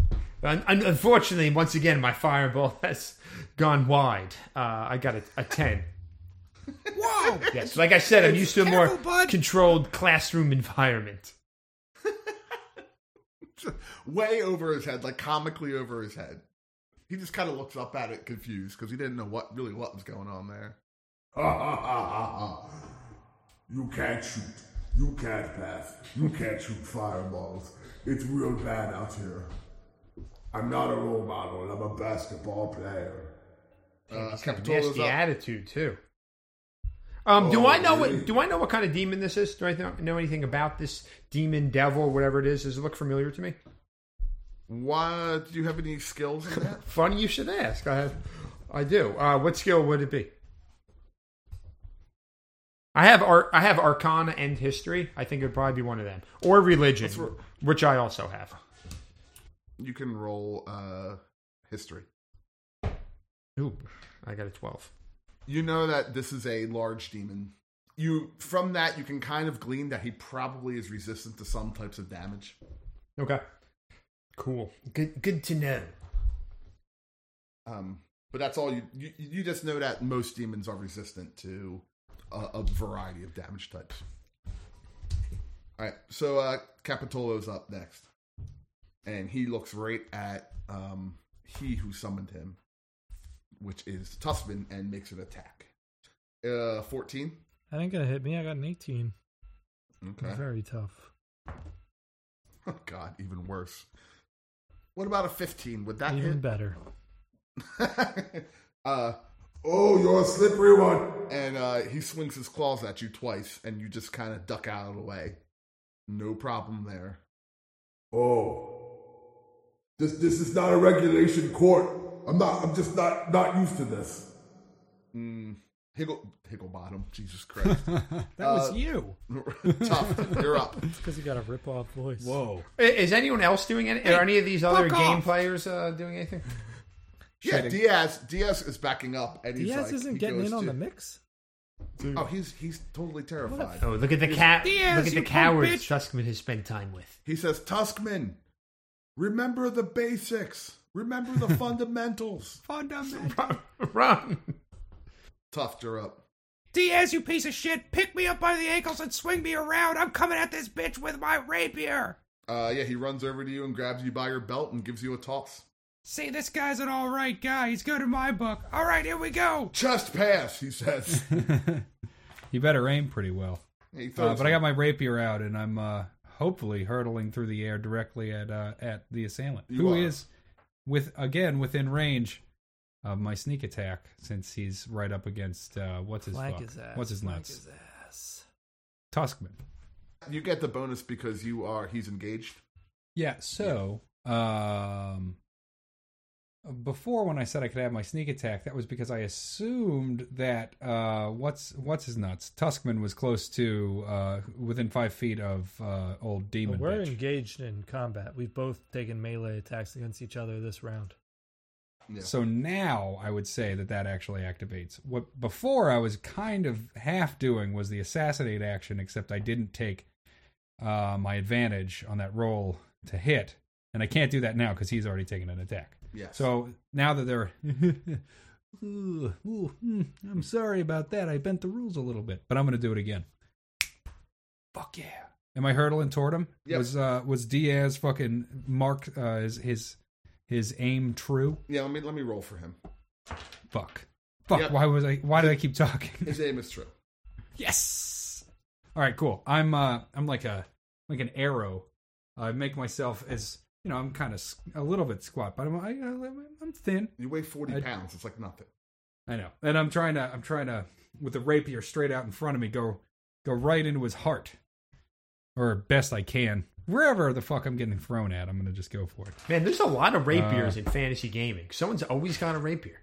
S2: Un- un- unfortunately, once again, my fireball has gone wide. Uh, I got a, a 10.
S4: Whoa!
S2: Yes, like I said, I'm used to a more
S4: Careful, bud.
S2: controlled classroom environment.
S1: Way over his head, like comically over his head. He just kind of looks up at it confused because he didn't know what really what was going on there.
S7: Ha ha ha ha ha. You can't shoot. You can't pass. You can't shoot fireballs. It's real bad out here. I'm not a role model. I'm a basketball player.
S1: Uh, Capitola's
S2: Nasty eh?
S1: up.
S2: attitude too. Um, do
S7: Oh,
S2: I know
S7: really?
S2: what? Do I know what kind of demon this is? Do I know- know anything about this demon, devil, whatever it is? Does it look familiar to me?
S1: Why do you have any skills in that?
S2: Funny you should ask. I have, I do. Uh, what skill would it be? I have art. I have Arcana and History. I think it would probably be one of them, or Religion,
S1: ro-
S2: which I also have.
S1: you can roll uh, history.
S2: Ooh, I got a twelve.
S1: You know that this is a large demon. You from that you can kind of glean that he probably is resistant to some types of damage.
S2: Okay, cool. Good. Good to know.
S1: Um, but that's all you, you you just know that most demons are resistant to a, a variety of damage types. All right, so uh, Capitolo's up next, and he looks right at um, he who summoned him, which is Tussman, and makes an attack. Uh, fourteen.
S3: That ain't gonna hit me. I got an 18.
S1: Okay.
S3: Very tough.
S1: Oh God, even worse. What about a fifteen? Would that
S3: Even
S1: hit?
S3: better.
S1: uh,
S7: Oh, you're a slippery one.
S1: and uh, he swings his claws at you twice, and you just kind of duck out of the way. No problem there.
S7: Oh. This this is not a regulation court. I'm not I'm just not not used to this.
S1: Mm, Higgle, Higgle Bottom, Jesus Christ.
S4: That was
S1: Uh,
S4: you.
S1: Tough, you're up.
S3: It's because you got a rip off voice.
S5: Whoa.
S2: I- Is anyone else doing any? Are any of these other
S4: fuck
S2: game
S4: off.
S2: players uh, doing anything?
S1: Yeah, Diaz, Diaz is backing up, and he's
S3: Diaz
S1: like, he
S3: isn't getting
S1: goes
S3: in on
S1: to-
S3: the mix.
S1: Oh, he's he's totally terrified.
S2: Oh, look at the cat!
S4: Diaz,
S2: Look at
S4: you
S2: the
S4: punk
S2: cowards
S4: bitch.
S2: Tuskman has spent time with.
S1: He says, Tuskman, remember the basics. Remember the fundamentals.
S4: Fundamental.
S2: Run!
S1: Tough, you're up.
S4: Diaz, you piece of shit, pick me up by the ankles and swing me around. I'm coming at this bitch with my rapier.
S1: Uh, yeah, he runs over to you and grabs you by your belt and gives you a toss.
S4: See, this guy's an all right guy. He's good in my book. All right, here we go.
S1: Chest pass, he says.
S4: You better aim pretty well.
S1: He throws
S4: Uh, but I got my rapier out, and I'm uh, hopefully hurtling through the air directly at uh, at the assailant,
S1: You
S4: who
S1: are.
S4: is with again within range of my sneak attack, since he's right up against uh, what's his
S3: Flank
S4: fuck?
S3: his ass.
S4: what's his
S3: flank
S4: nuts
S3: his ass.
S4: Tuskman.
S1: you get the bonus because you are he's engaged.
S4: Yeah. So, um, before when I said I could have my sneak attack, that was because I assumed that uh, what's what's his nuts Tuskman was close to uh, within five feet of uh, old demon.
S3: We're
S4: bitch.
S3: engaged in combat. We've both taken melee attacks against each other this round.
S1: Yeah.
S4: So now I would say that that actually activates. What before I was kind of half doing was the assassinate action, except I didn't take uh, my advantage on that roll to hit, and I can't do that now because he's already taken an attack.
S1: Yes.
S4: So now that they're, Ooh, ooh, mm, I'm sorry about that. I bent the rules a little bit, but I'm gonna do it again. Fuck yeah! Am I hurtling toward him?
S1: Yep.
S4: Was uh, was Diaz fucking mark uh, his his his aim true?
S1: yeah, let me let me roll for him.
S4: Fuck. Fuck.
S1: Yep.
S4: Why was I? Why did I keep talking?
S1: His aim is true.
S4: yes. All right. Cool. I'm. Uh. I'm like a. Like an arrow. I make myself as. You know. I'm kind of a little bit squat, but I'm. I, I'm thin.
S1: You weigh forty
S4: I-
S1: pounds. It's like nothing.
S4: I know. And I'm trying to. I'm trying to. With the rapier straight out in front of me, go. Go right into his heart. Or best I can. Wherever the fuck I'm getting thrown at, I'm gonna just go for it.
S2: Man, there's a lot of rapiers in fantasy gaming. Someone's always got a rapier.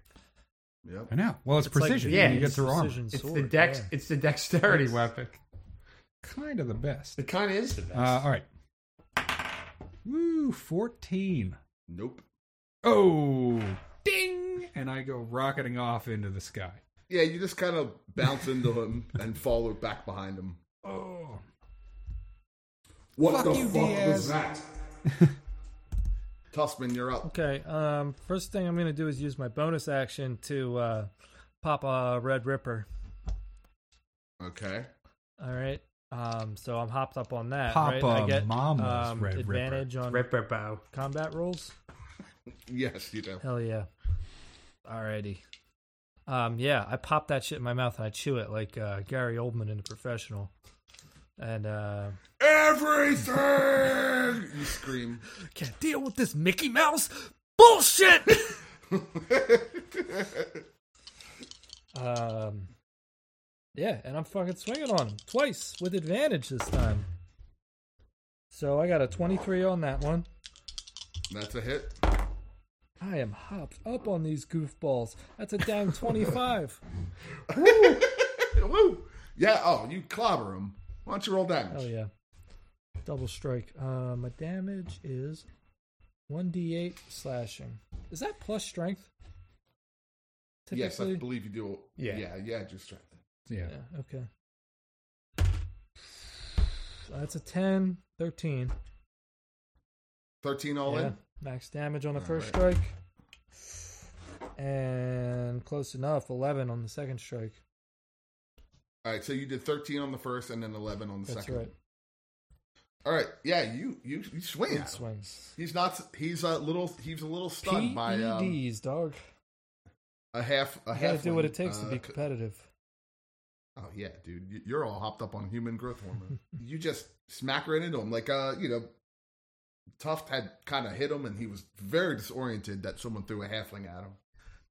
S1: Yep.
S4: I know. Well, it's, precision.
S2: the-
S4: yeah,
S2: yeah,
S4: you get
S2: it's
S4: through armor.
S3: precision
S2: It's the
S3: sword,
S2: dex.
S3: yeah.
S2: It's the dexterity
S4: Nice.
S2: weapon.
S4: Kind of the best.
S2: It kind of is the best.
S4: Uh, all right. Woo, 14.
S1: Nope.
S4: Oh, ding! and I go rocketing off into the sky.
S1: Yeah, you just kind of bounce into him and follow back behind him.
S4: Oh,
S7: What
S4: Fuck
S7: the
S4: you,
S7: fuck
S4: Diaz.
S7: was that?
S1: Tussman, you're up.
S3: Okay. Um, first thing I'm going to do is use my bonus action to uh, pop a Red Ripper.
S1: Okay.
S3: All right. Um, so I'm hopped up on that.
S4: Pop
S3: right?
S4: a
S3: I get
S4: mama's
S3: um,
S4: Red Ripper.
S3: advantage on
S2: Rip, rip, bow.
S3: combat rolls.
S1: Yes, you do.
S3: Hell yeah. Alrighty. Um, yeah, I pop that shit in my mouth and I chew it like uh, Gary Oldman in The Professional. And uh,
S1: Everything! You scream.
S3: can't deal with this Mickey Mouse bullshit. um, yeah, and I'm fucking swinging on him twice with advantage this time. So I got a 23 on that one.
S1: That's a hit.
S3: I am hopped up on these goofballs. That's a down 25.
S1: Woo! Yeah, oh, you clobber him. Why don't you roll
S3: Oh
S1: damage?
S3: yeah. Double strike. Uh, my damage is one d eight slashing. Is that plus strength?
S1: yes, I
S3: Typically?
S1: believe you do.
S2: Yeah.
S1: Yeah, yeah, just try that.
S4: yeah.
S3: Yeah, okay. That's a 10, 13.
S1: 13 all
S3: yeah,
S1: in?
S3: max damage on the
S1: All
S3: first strike. And close enough, 11 on the second strike.
S1: All right, so you did 13 on the first and then 11 on the
S3: That's
S1: second.
S3: right.
S1: All right, yeah, you you, you swing
S3: Big
S1: at him.
S3: swings.
S1: He's not. He's a little. He's a little
S3: E
S1: stunned by um,
S3: PEDs, dog.
S1: a half. A
S3: I
S1: half.
S3: gotta do what it takes to be
S1: uh, c-
S3: competitive.
S1: Oh yeah, dude, You- you're all hopped up on human growth hormone. you just smack right into him, like uh, you know, Tuft had kind of hit him, and he was very disoriented that someone threw a halfling at him,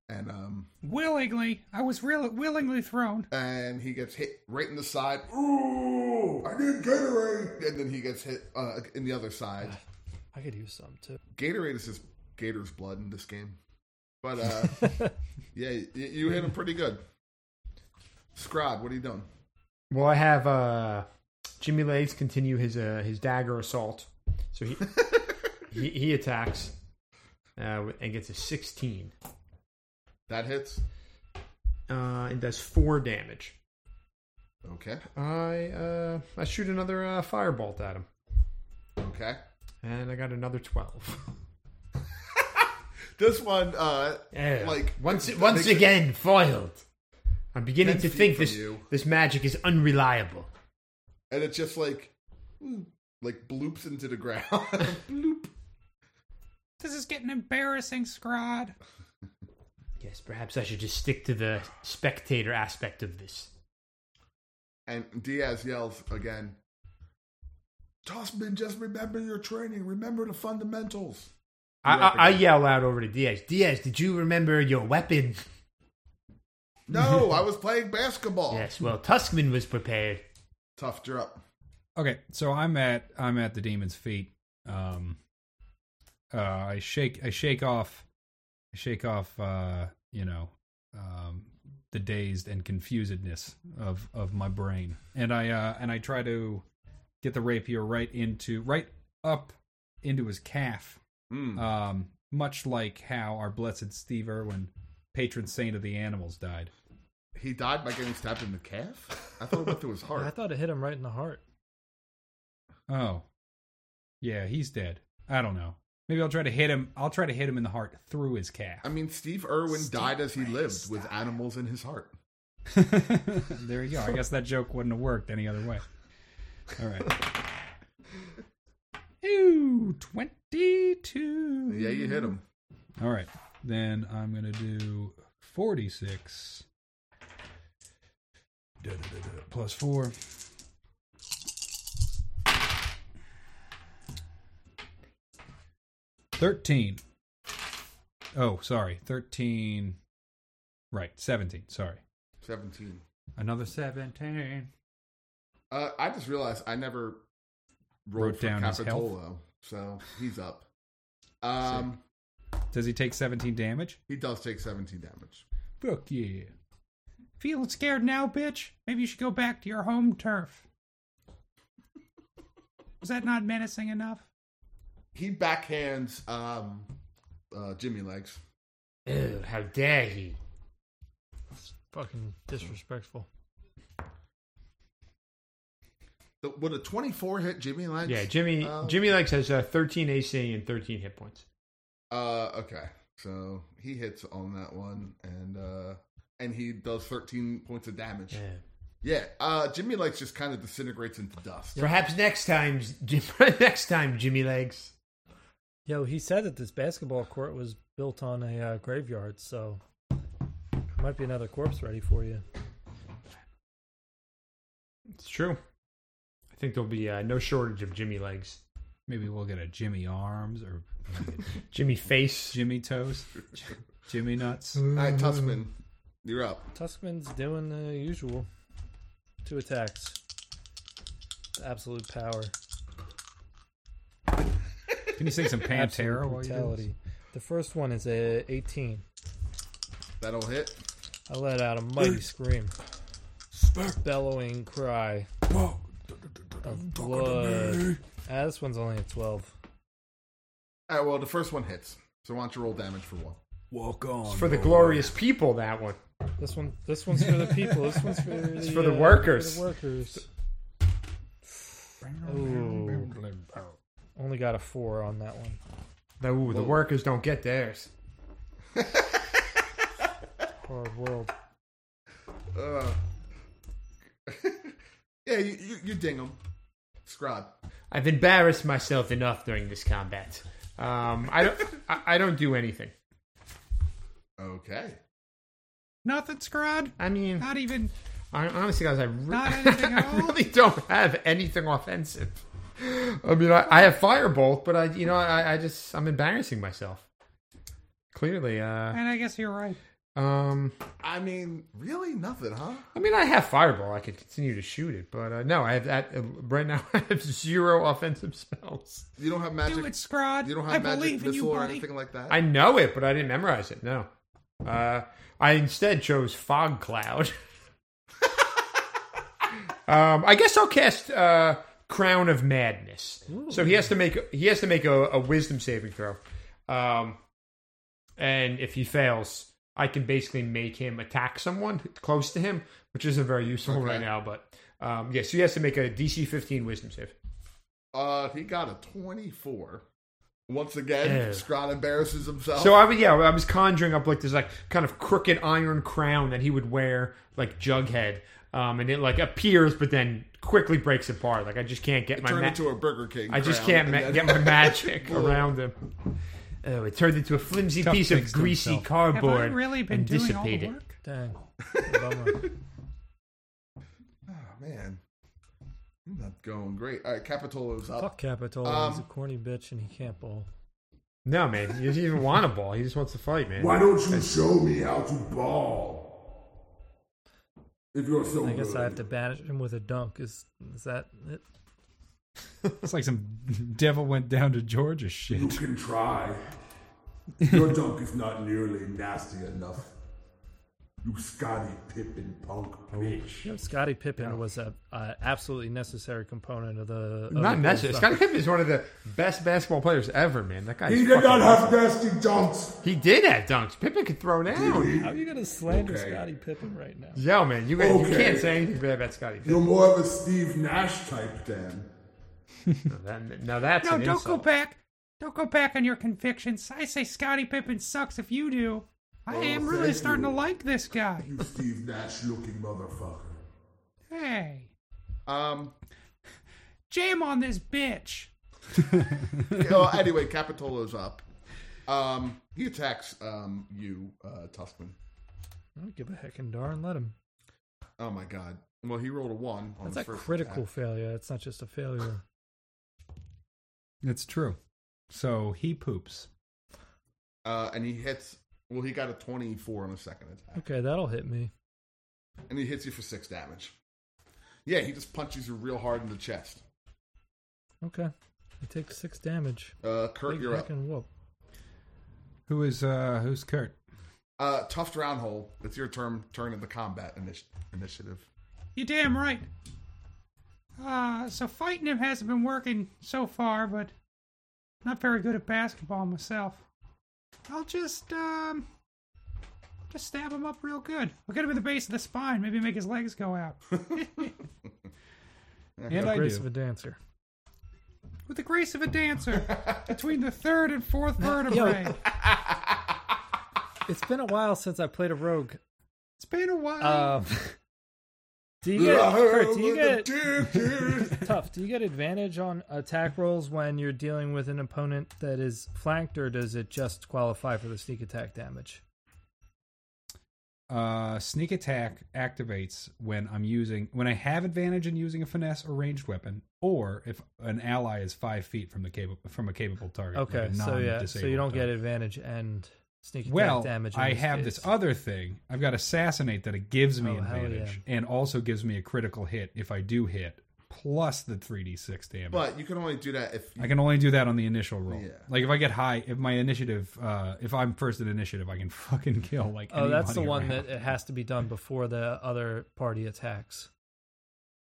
S1: and um,
S4: Willingly, I was real willingly thrown.
S1: and he gets hit right in the side,
S7: Ooh, I need Gatorade.
S1: and then he gets hit uh, in the other side.
S3: I could use some too.
S1: Gatorade is just Gator's blood in this game, but uh, yeah, you, you hit him pretty good. Scribe, what are you doing?
S2: Well, I have uh, Jimmy Lates continue his uh, his dagger assault. So he he, he attacks uh, and gets a 16
S1: That hits.
S2: uh, and does four damage.
S1: Okay.
S2: I uh, I shoot another uh, firebolt at him,
S1: Okay.
S2: and I got another 12.
S1: This one, uh, like
S2: once
S1: it
S2: once
S1: makes it-
S2: again foiled. I'm beginning
S1: Ten
S2: to
S1: feet
S2: think
S1: from
S2: this
S1: you.
S2: this magic is unreliable.
S1: and it just like hmm, like bloops into the ground. Bloop.
S4: This is getting embarrassing, Scrod.
S2: Yes, perhaps I should just stick to the spectator aspect of this.
S1: And Diaz yells again. Tossman, just remember your training. Remember the fundamentals.
S2: I, I,
S1: Weapon.
S2: I yell out over to Diaz. Diaz, did you remember your weapon?
S1: No, I was playing basketball.
S2: Yes. Well, Tuskman was prepared.
S1: Tough drop.
S4: Okay, so I'm at I'm at the demon's feet. Um, uh, I shake I shake off, I shake off. Uh, you know, um, the dazed and confusedness of of my brain, and I uh, and I try to get the rapier right into right up into his calf.
S1: Mm.
S4: Um, much like how our blessed Steve Irwin, patron saint of the animals, died.
S1: He died by getting stabbed in the calf. I thought it went through his
S3: I
S1: heart.
S3: thought it hit him right in the heart.
S4: Oh. Yeah, he's dead. I don't know. Maybe I'll try to hit him. I'll try to hit him in the heart through his calf.
S1: I mean, Steve Irwin died as he lived with animals in his heart.
S4: there you go. I guess that joke wouldn't have worked any other way. All right. Ooh, 22.
S1: Yeah, you hit him.
S4: All right. Then I'm going to do 46 Da, da, da, da, plus 4. Thirteen. Oh, sorry. Thirteen. Right, seventeen. Sorry,
S1: Seventeen.
S4: another seventeen.
S1: Uh, I just realized I never rolled
S4: Wrote
S1: for
S4: down his health.
S1: Capitolo, so he's up. Um,
S4: Does he take seventeen damage?
S1: he does take seventeen damage.
S4: Fuck yeah!
S9: Feeling scared now, bitch? Maybe you should go back to your home turf.
S4: Was that not menacing enough?
S1: He backhands um, uh, Jimmy Legs.
S2: Dude, how dare he?
S3: Fucking disrespectful.
S1: The, would a 24 hit Jimmy Legs?
S2: Yeah, Jimmy
S1: Um,
S2: Jimmy Legs has uh, 13 AC and 13 hit points.
S1: Uh, okay. So he hits on that one, and uh, and he does 13 points of damage.
S2: Yeah.
S1: Yeah. Uh, Jimmy Legs just kind of disintegrates into dust.
S2: Perhaps next time, Jim- next time, Jimmy Legs.
S3: Yo, he said that this basketball court was built on a uh, graveyard, so might be another corpse ready for you.
S2: It's true. I think there'll be uh, no shortage of Jimmy Legs,
S4: Maybe we'll get a Jimmy Arms or
S2: Jimmy Face.
S4: Jimmy Toes, Jimmy Nuts.
S1: All right, Tussman, you're up.
S3: Tuskman's doing the usual. Two attacks. Absolute power.
S4: Can you sing some Pantera
S3: Absolute
S4: while you do this?
S3: brutality. The first one is a 18.
S1: That'll hit.
S3: I let out a mighty scream,
S7: Spec,
S3: bellowing cry
S7: whoa.
S3: of blood. Ah, this one's only a 12.
S1: All right. Well, the first one hits. So why don't you roll damage for one?
S7: Walk on.
S2: for the
S7: boy.
S2: glorious people. That one.
S3: This one, this one's for the people. This one's for the,
S2: for the
S3: uh,
S2: workers.
S3: For the workers. Ooh. Only got a four on that one.
S2: The, ooh, the workers don't get theirs.
S3: Hard world.
S1: Uh, yeah, you, you, you ding him. Scrod.
S2: I've embarrassed myself enough during this combat. Um, I don't. I, I don't do anything.
S1: Okay.
S4: Nothing, Scrod.
S2: I mean,
S4: Not even.
S2: I, honestly, guys, I, re-
S4: Not anything at
S2: I
S4: all?
S2: really don't have anything offensive. I mean, I, I have firebolt, but I, you know, I, I just I'm embarrassing myself. Clearly, uh,
S4: And I guess you're right.
S2: um,
S1: I mean, really nothing, huh?
S2: I mean, I have fireball. I could continue to shoot it, but uh, no, I have that right now. I have zero offensive spells.
S1: You don't have magic.
S4: Do it, Scrod.
S1: you don't
S4: I
S1: have magic
S4: believe in you,
S1: missile or
S4: buddy.
S1: anything like that.
S2: I know it, but I didn't memorize it. No, uh, I instead chose fog cloud. um, I guess I'll cast uh, crown of madness. So he has to make he has to make a, a wisdom saving throw, um, and if he fails, I can basically make him attack someone close to him, which isn't very useful
S1: Okay.
S2: right now. But um, yeah, so he has to make a DC 15 wisdom save.
S1: Uh, he got a 24. Once again,
S2: Yeah.
S1: Scrod embarrasses himself.
S2: So I would, yeah, I was conjuring up like this like kind of crooked iron crown that he would wear like Jughead, um, and it like appears but then quickly breaks apart. Like I just can't get my
S1: turned
S2: ma-
S1: into a Burger King.
S2: I just
S1: crown,
S2: can't
S1: and
S2: ma-
S1: then-
S2: get my magic around him. Oh, it turned into a flimsy
S4: Chuck
S2: piece of
S4: thinks to
S2: greasy
S4: himself,
S2: cardboard
S4: Have I really been
S2: and
S4: doing all the
S2: dissipated.
S4: work?
S3: Dang. Bummer.
S1: Oh, man. I'm not going great. All right, Capitolo's up.
S3: Fuck Capitol.
S1: Um,
S3: He's a corny bitch and he can't bowl.
S2: No, man, he doesn't even want a ball. He just wants to fight, man.
S7: Why don't you show me how to ball? If you're so
S3: I guess
S7: good.
S3: I have to banish him with a dunk. Is is that it?
S4: It's like some devil went down to Georgia
S7: You
S4: shit.
S7: can try. Your dunk is not nearly nasty enough. You Scotty Pippen punk bitch.
S3: You know, Scottie Pippen was a uh, absolutely necessary component of the. Of
S2: Not
S3: the
S2: necessary.
S3: Bulls'
S2: Scottie Pippen is one of the best basketball players ever, man. That guy.
S7: He
S2: is
S7: did not
S2: fucking-
S7: have nasty dunks.
S2: He did have dunks. Pippen could throw down.
S3: How are you going to slander
S7: Okay.
S3: Scottie Pippen right now?
S2: Yo, man, you, you
S7: Okay.
S2: can't say anything bad about Scotty Pippen.
S7: You're more of a Steve Nash type then.
S2: That- now that's
S4: No,
S2: an
S4: don't go
S2: insult.
S4: back. Don't go back on your convictions. I say Scottie Pippen sucks if you do. I am really
S7: thank
S4: starting
S7: you.
S4: to like this guy.
S7: You Steve Nash looking motherfucker.
S4: Hey,
S1: Um,
S4: jam on this bitch.
S1: well, anyway, Capitolo's up. Um, he attacks um, you, uh, Tuskman.
S3: I don't give a heck and darn. Let him.
S1: Oh, my God. Well, he rolled a one. On
S3: That's
S1: the
S3: a
S1: first
S3: critical
S1: attack.
S3: failure. It's not just a failure.
S4: It's true. So he poops.
S1: Uh, and he hits. Well, he got a 24 on the second attack.
S3: Okay, that'll hit me.
S1: and he hits you for six damage. Yeah, he just punches you real hard in the chest.
S3: Okay, I take six damage.
S1: Uh, Kurt,
S3: Big
S1: you're up.
S3: heckin' whoop.
S4: Who is uh who's Kurt?
S1: Uh, tough round hole. It's your turn. Turn of the combat initi- initiative.
S4: You damn right. Uh, so fighting him hasn't been working so far, but not very good at basketball myself. I'll just um,
S10: Just stab him up real good. Look at him in the base of the spine. Maybe make his legs go out.
S11: And
S3: the
S11: I
S3: grace
S11: do.
S3: of a dancer.
S10: With the grace of a dancer between the third and fourth vertebrae.
S3: It's been a while since I played a rogue.
S10: It's been a while.
S3: Um, do you get Kurt, do you get
S1: get
S3: tough? Do you get advantage on attack rolls when you're dealing with an opponent that is flanked, or does it just qualify for the sneak attack damage?
S4: Uh, sneak attack activates when I'm using when I have advantage in using a finesse or ranged weapon, or if an ally is five feet from the capable from a capable target. like
S3: Okay,
S4: a
S3: so yeah, so
S4: non-disabled
S3: you don't
S4: target.
S3: get advantage and sneak attack
S4: well,
S3: damage. in
S4: I
S3: case.
S4: have this other thing. I've got assassinate that it gives me
S3: Oh, hell
S4: advantage and also gives me a critical hit if I do hit, plus the three d six damage.
S1: But you can only do that if you,
S4: I can only do that on the initial roll.
S1: Yeah.
S4: Like if I get high, if my initiative, uh, if I'm first in initiative, I can fucking kill like.
S3: Oh, that's the
S4: anybody
S3: one
S4: around.
S3: that it has to be done before the other party attacks.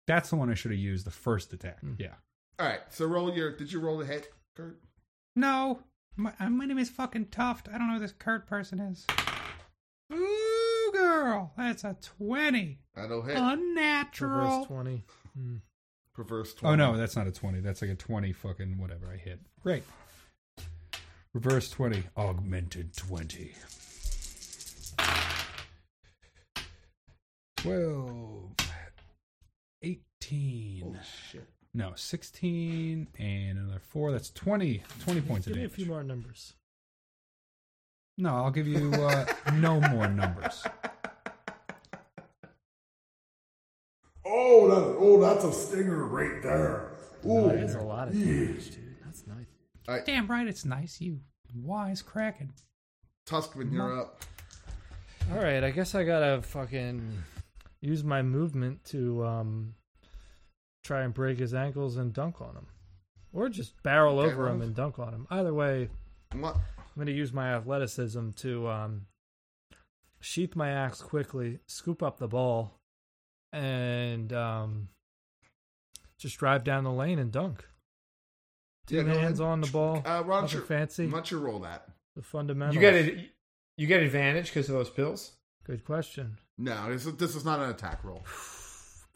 S4: That's the one I should have used the first attack. Yeah.
S1: All right, so roll your. Did you roll the hit, Kurt?
S10: no. My, uh, my name is fucking Tuft. I don't know who this Kurt person is. Ooh, girl. That's a 20.
S1: That'll hit.
S4: Uh-huh.
S3: Reverse
S10: Unnatural.
S3: twenty.
S1: Perverse 20.
S4: Oh no, that's not a twenty. That's like a twenty fucking whatever I hit. Great. Reverse twenty, augmented twenty. Twelve. Eighteen.
S1: shit.
S4: No, sixteen and another four. That's twenty. Twenty points of
S3: Give me a
S4: damage.
S3: few more numbers.
S4: No, I'll give you uh, no more numbers.
S7: Oh, that, oh, that's a stinger right there. Ooh,
S3: That is a lot of damage, dude. That's nice.
S10: Damn right it's nice, you wise cracking.
S1: Tuskman, you're up.
S3: All right, I guess I gotta fucking use my movement to um try and break his ankles and dunk on him, or just barrel
S1: Okay,
S3: over
S1: well-
S3: him and dunk on him. Either way,
S1: What?
S3: I'm gonna use my athleticism to um sheath my axe quickly, scoop up the ball, and um just drive down the lane and dunk. Two
S1: Yeah, go
S3: hands
S1: ahead.
S3: on the ball.
S1: Uh, why don't
S3: nothing
S1: you,
S3: fancy.
S1: why don't you roll that?
S3: The fundamentals.
S2: You get it. You get advantage because of those pills.
S3: Good question.
S1: No, this is, this is not an attack roll.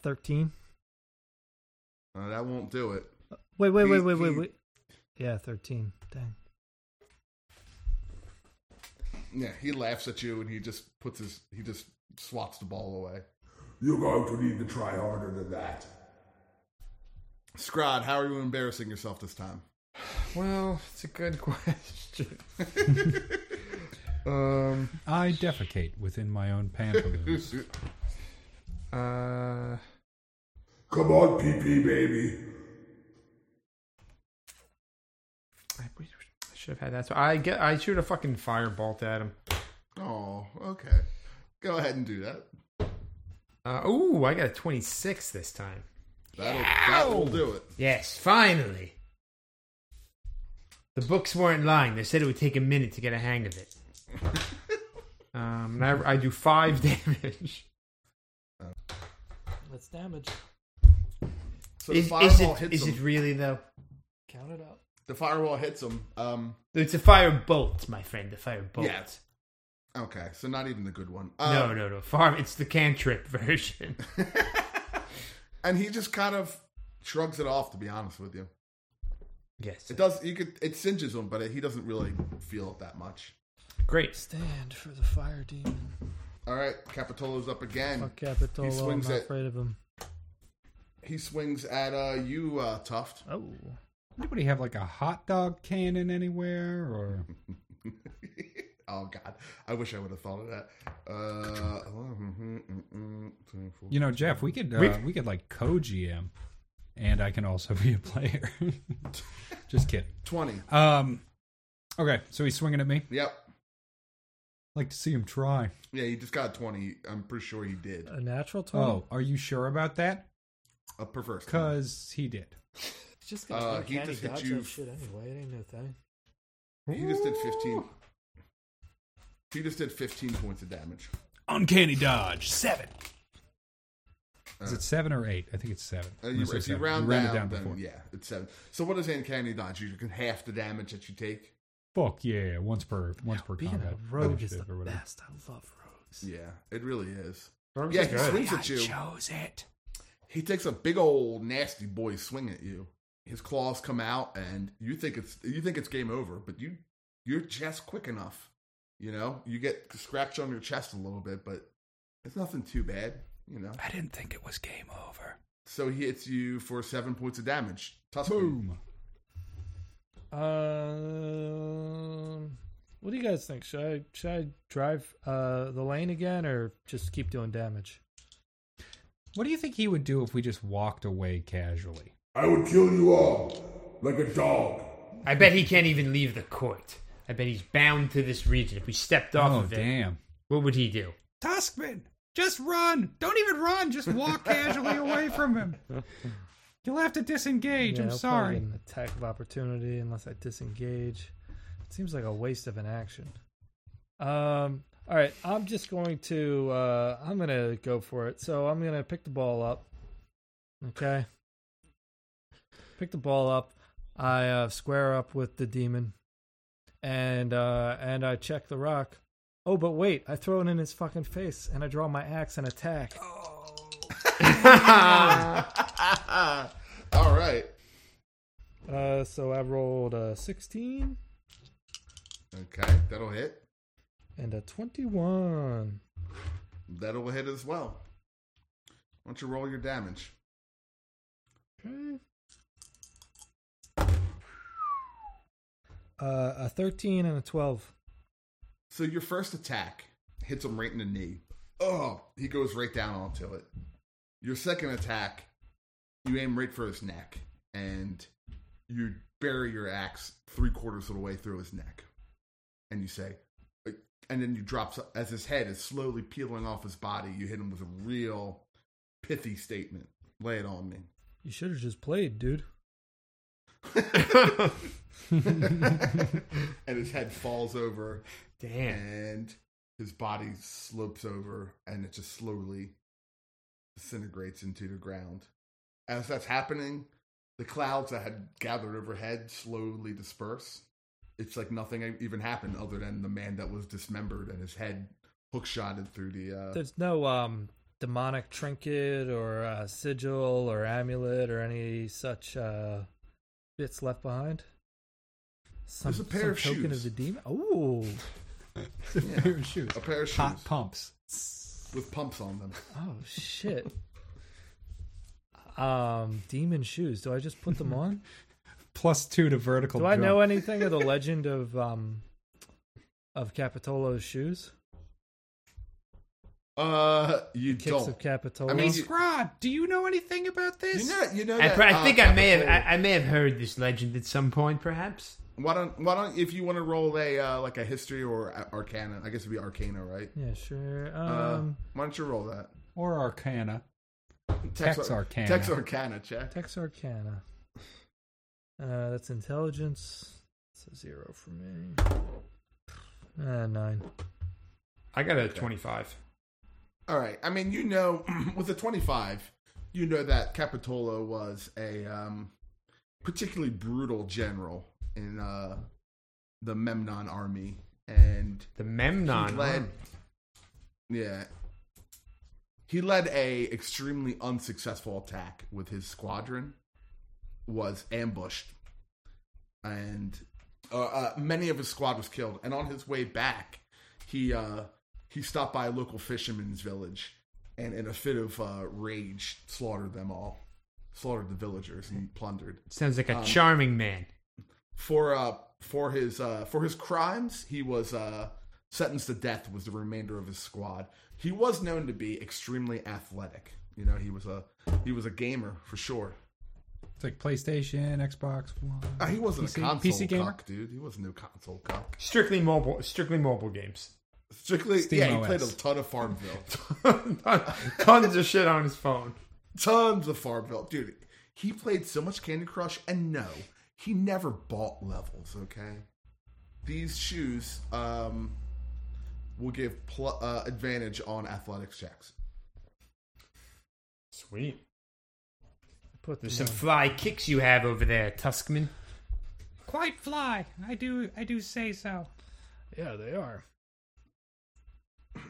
S3: Thirteen.
S1: Uh, that won't do it.
S3: Wait, wait, wait,
S1: He-
S3: wait, wait,
S1: he-
S3: wait. Yeah, thirteen. Dang.
S1: Yeah, he laughs at you and he just puts his he just swats the ball away.
S7: you're going to need to try harder than that.
S1: Scrod, how are you embarrassing yourself this time?
S2: Well, it's a good question. um.
S4: I defecate within my own pantaloons.
S2: Uh.
S7: Come on, PP baby.
S2: I should have had that. So I get. I shoot a fucking firebolt at him.
S1: Oh, okay. Go ahead and do that.
S2: Uh, ooh, I got a twenty-six this time.
S1: That'll that will do it.
S2: Yes, finally. The books weren't lying. They said it would take a minute to get a hang of it. um, and I, I do five damage.
S3: That's damage.
S1: So
S2: is,
S1: the
S2: is,
S1: fireball
S2: it,
S1: hits
S2: is
S1: him.
S2: it really though?
S3: Count it out.
S1: the fireball hits him. Um,
S2: It's a firebolt, my friend. A firebolt.
S1: Yeah. okay, so not even the good one. Um,
S2: no, no, no. Farm. It's the cantrip version.
S1: and he just kind of shrugs it off. To be honest with you,
S2: yes.
S1: it does. You could it singes him, but he doesn't really feel it that much.
S2: Great.
S3: Stand for the fire demon.
S1: All right, Capitolo's up again.
S3: Fuck Capitolo. I'm
S1: swings
S3: not
S1: it.
S3: afraid of him.
S1: He swings at uh, you, uh, Tuft.
S3: Oh,
S4: Anybody have like a hot dog cannon anywhere? Or
S1: oh God, I wish I would have thought of that. Uh, mm-hmm.
S4: you know, Jeff, we could uh, we could like co-GM, and I can also be a player. Just kidding.
S1: twenty.
S4: Um, okay, so he's swinging at me.
S1: Yep.
S4: Like to see him try.
S1: Yeah, he just got a twenty. I'm pretty sure he did.
S3: a natural twenty.
S4: Oh, are you sure about that?
S1: A perverse.
S4: Cause he did.
S3: It's just
S1: gonna uh, he uncanny just hit dodge you- that shit
S3: shit anyway. It ain't no thing.
S1: He just did fifteen. He just did fifteen points of damage.
S4: Uncanny dodge seven. Is
S1: Uh,
S4: it seven or eight? I think it's seven.
S1: Uh,
S4: I'm
S1: you,
S4: gonna say
S1: if you
S4: seven.
S1: round
S4: We rounded
S1: down,
S4: down
S1: then yeah, it's seven. So what is uncanny dodge? You can half the damage that you take.
S12: Fuck yeah! Once per once per
S3: Being
S12: combat.
S3: a rogue is
S12: initiative
S3: the
S12: or whatever.
S3: best. I love rogues.
S1: Yeah, it really is.
S2: Rogues
S1: yeah,
S2: are
S1: he
S2: good.
S1: swings at you.
S4: chose it.
S1: He takes a big old nasty boy swing at you. His claws come out, and you think it's you think it's game over, but you you're just quick enough. You know, you get scratched on your chest a little bit, but it's nothing too bad. You know,
S4: I didn't think it was game over.
S1: so he hits you for seven points of damage. Tuscan.
S12: Boom.
S5: Um,
S3: What do you guys think? Should I should I drive uh, the lane again or just keep doing damage?
S12: What do you think he would do if we just walked away casually?
S7: I would kill you all like a dog.
S2: I bet he can't even leave the court. I bet he's bound to this region. If we stepped off
S12: oh
S2: of it,
S12: damn!
S2: what would he do?
S4: Tuskman, just run. Don't even run. Just walk casually away from him. You'll have to disengage.
S3: Yeah,
S4: I'm
S3: I'll probably
S4: sorry.
S3: get An attack of opportunity unless I disengage. It seems like a waste of an action. Um. All right. I'm just going to. Uh, I'm gonna go for it. So I'm gonna pick the ball up. Okay. Pick the ball up. I uh, square up with the demon, and uh, and I check the rock. Oh, but wait! I throw it in his fucking face, and I draw my axe and attack.
S1: All right.
S3: Uh, so I rolled a 16
S1: Okay, that'll hit.
S3: and a 21.
S1: That'll hit as well. Why don't you roll your damage?
S3: Okay. Uh, a 13 and a 12.
S1: So your first attack hits him right in the knee. Oh, he goes right down onto it. Your second attack, you aim right for his neck, and you bury your axe three quarters of the way through his neck. And you say, and then you drop as his head is slowly peeling off his body. You hit him with a real pithy statement. Lay it on me.
S3: You should have just played, dude.
S1: and his head falls over
S2: Damn.
S1: and his body slopes over and it just slowly disintegrates into the ground. As that's happening, the clouds that had gathered overhead slowly disperse. It's like nothing even happened other than the man that was dismembered and his head hook shotted through the uh
S3: There's no um demonic trinket or uh, sigil or amulet or any such uh, bits left behind. Some,
S1: There's a pair
S3: some
S1: of
S3: token
S1: shoes.
S3: of the demon. Oh,
S12: Pair of shoes.
S1: a pair of shoes
S12: Hot pumps.
S1: with pumps on them.
S3: oh shit. Um, demon shoes. Do I just put them on?
S12: Plus two to vertical.
S3: Do I
S12: jump.
S3: know anything of the legend of um of Capitolo's shoes?
S1: Uh you
S3: Kicks
S1: don't.
S3: of Capitolo.
S1: I mean, you-
S4: Scrod, do you know anything about this?
S1: You know, you know
S2: I,
S1: that,
S2: pr- I
S1: uh,
S2: think I may have
S1: Capitol-
S2: I, I may have heard this legend at some point, perhaps.
S1: Why don't Why don't if you want to roll a uh, like a history or a- arcana? I guess it'd be arcana, right?
S3: yeah, sure.
S1: Uh,
S3: Um,
S1: why don't you roll that?
S12: Or Arcana.
S1: Tex,
S12: Tex Arcana.
S1: Tex arcana. Check.
S3: Tex Arcana. Uh, that's intelligence. It's a zero for me. Uh, nine.
S2: I got a twenty-five.
S1: All right. I mean, you know, with the twenty-five, you know that Capitolo was a um, particularly brutal general in uh, the Memnon army, and
S2: The
S1: he
S2: Memnon.
S1: led,
S2: huh?
S1: yeah, he led a extremely unsuccessful attack with his squadron. Was ambushed, and uh, uh, many of his squad was killed. And on his way back, he uh, he stopped by a local fisherman's village, and in a fit of uh, rage, slaughtered them all, slaughtered the villagers, and plundered
S2: Sounds like a charming man.
S1: for uh for his uh for his crimes he was uh sentenced to death was the remainder of his squad he was known to be extremely athletic you know he was a he was a gamer for sure
S12: It's like PlayStation, Xbox One.
S1: Uh, he wasn't
S12: PC
S1: a console
S12: PC gamer?
S1: cock dude he was no console cock
S2: Strictly mobile. Strictly mobile games.
S1: strictly
S12: Steam
S1: yeah he
S12: OS.
S1: played a ton of farmville
S2: Tons of shit on his phone.
S1: tons of farmville dude he played so much candy crush and no he never bought levels okay these shoes um will give pl- uh, advantage on athletics checks
S2: Sweet.
S3: Put
S2: There's
S3: this
S2: some fly kicks you have over there, Tuskman.
S4: quite fly. I do, I do say so.
S13: Yeah, they are.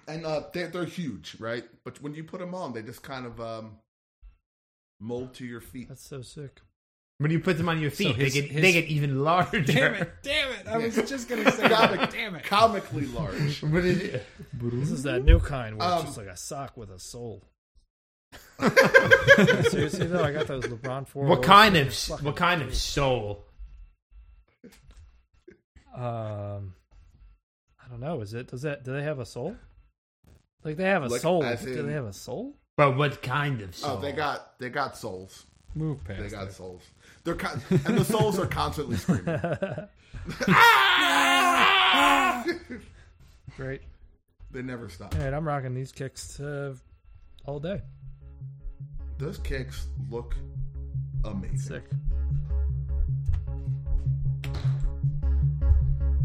S1: and uh, they're, they're huge, right? But when you put them on, they just kind of um, mold to your feet.
S3: That's so sick.
S2: When you put them on your feet,
S14: his-
S2: they get
S14: his-
S2: they get even larger.
S14: Damn it! Damn it! I was just gonna say,
S1: Comic-
S14: that. damn it!
S1: Comically large.
S2: But it,
S3: This is that new kind where
S1: Um,
S3: it's just like a sock with a sole. Seriously though, I got those LeBron four. oh
S2: what kind of what kind of soul?
S3: Um, I don't know. Is it? Does that? Do they have a soul? Like they have a
S1: Like,
S3: soul?
S1: as
S3: do
S1: in-
S3: they have a soul?
S2: But what kind of soul?
S1: Oh, they got they got souls.
S14: Move past.
S1: They got
S14: that.
S1: souls. They're con- and the souls are constantly screaming.
S3: Great.
S1: They never stop.
S3: All right, I'm rocking these kicks uh, all day.
S1: Those kicks look amazing.
S3: Sick.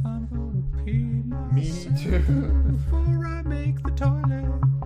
S4: I'm gonna pee myself before I make the toilet.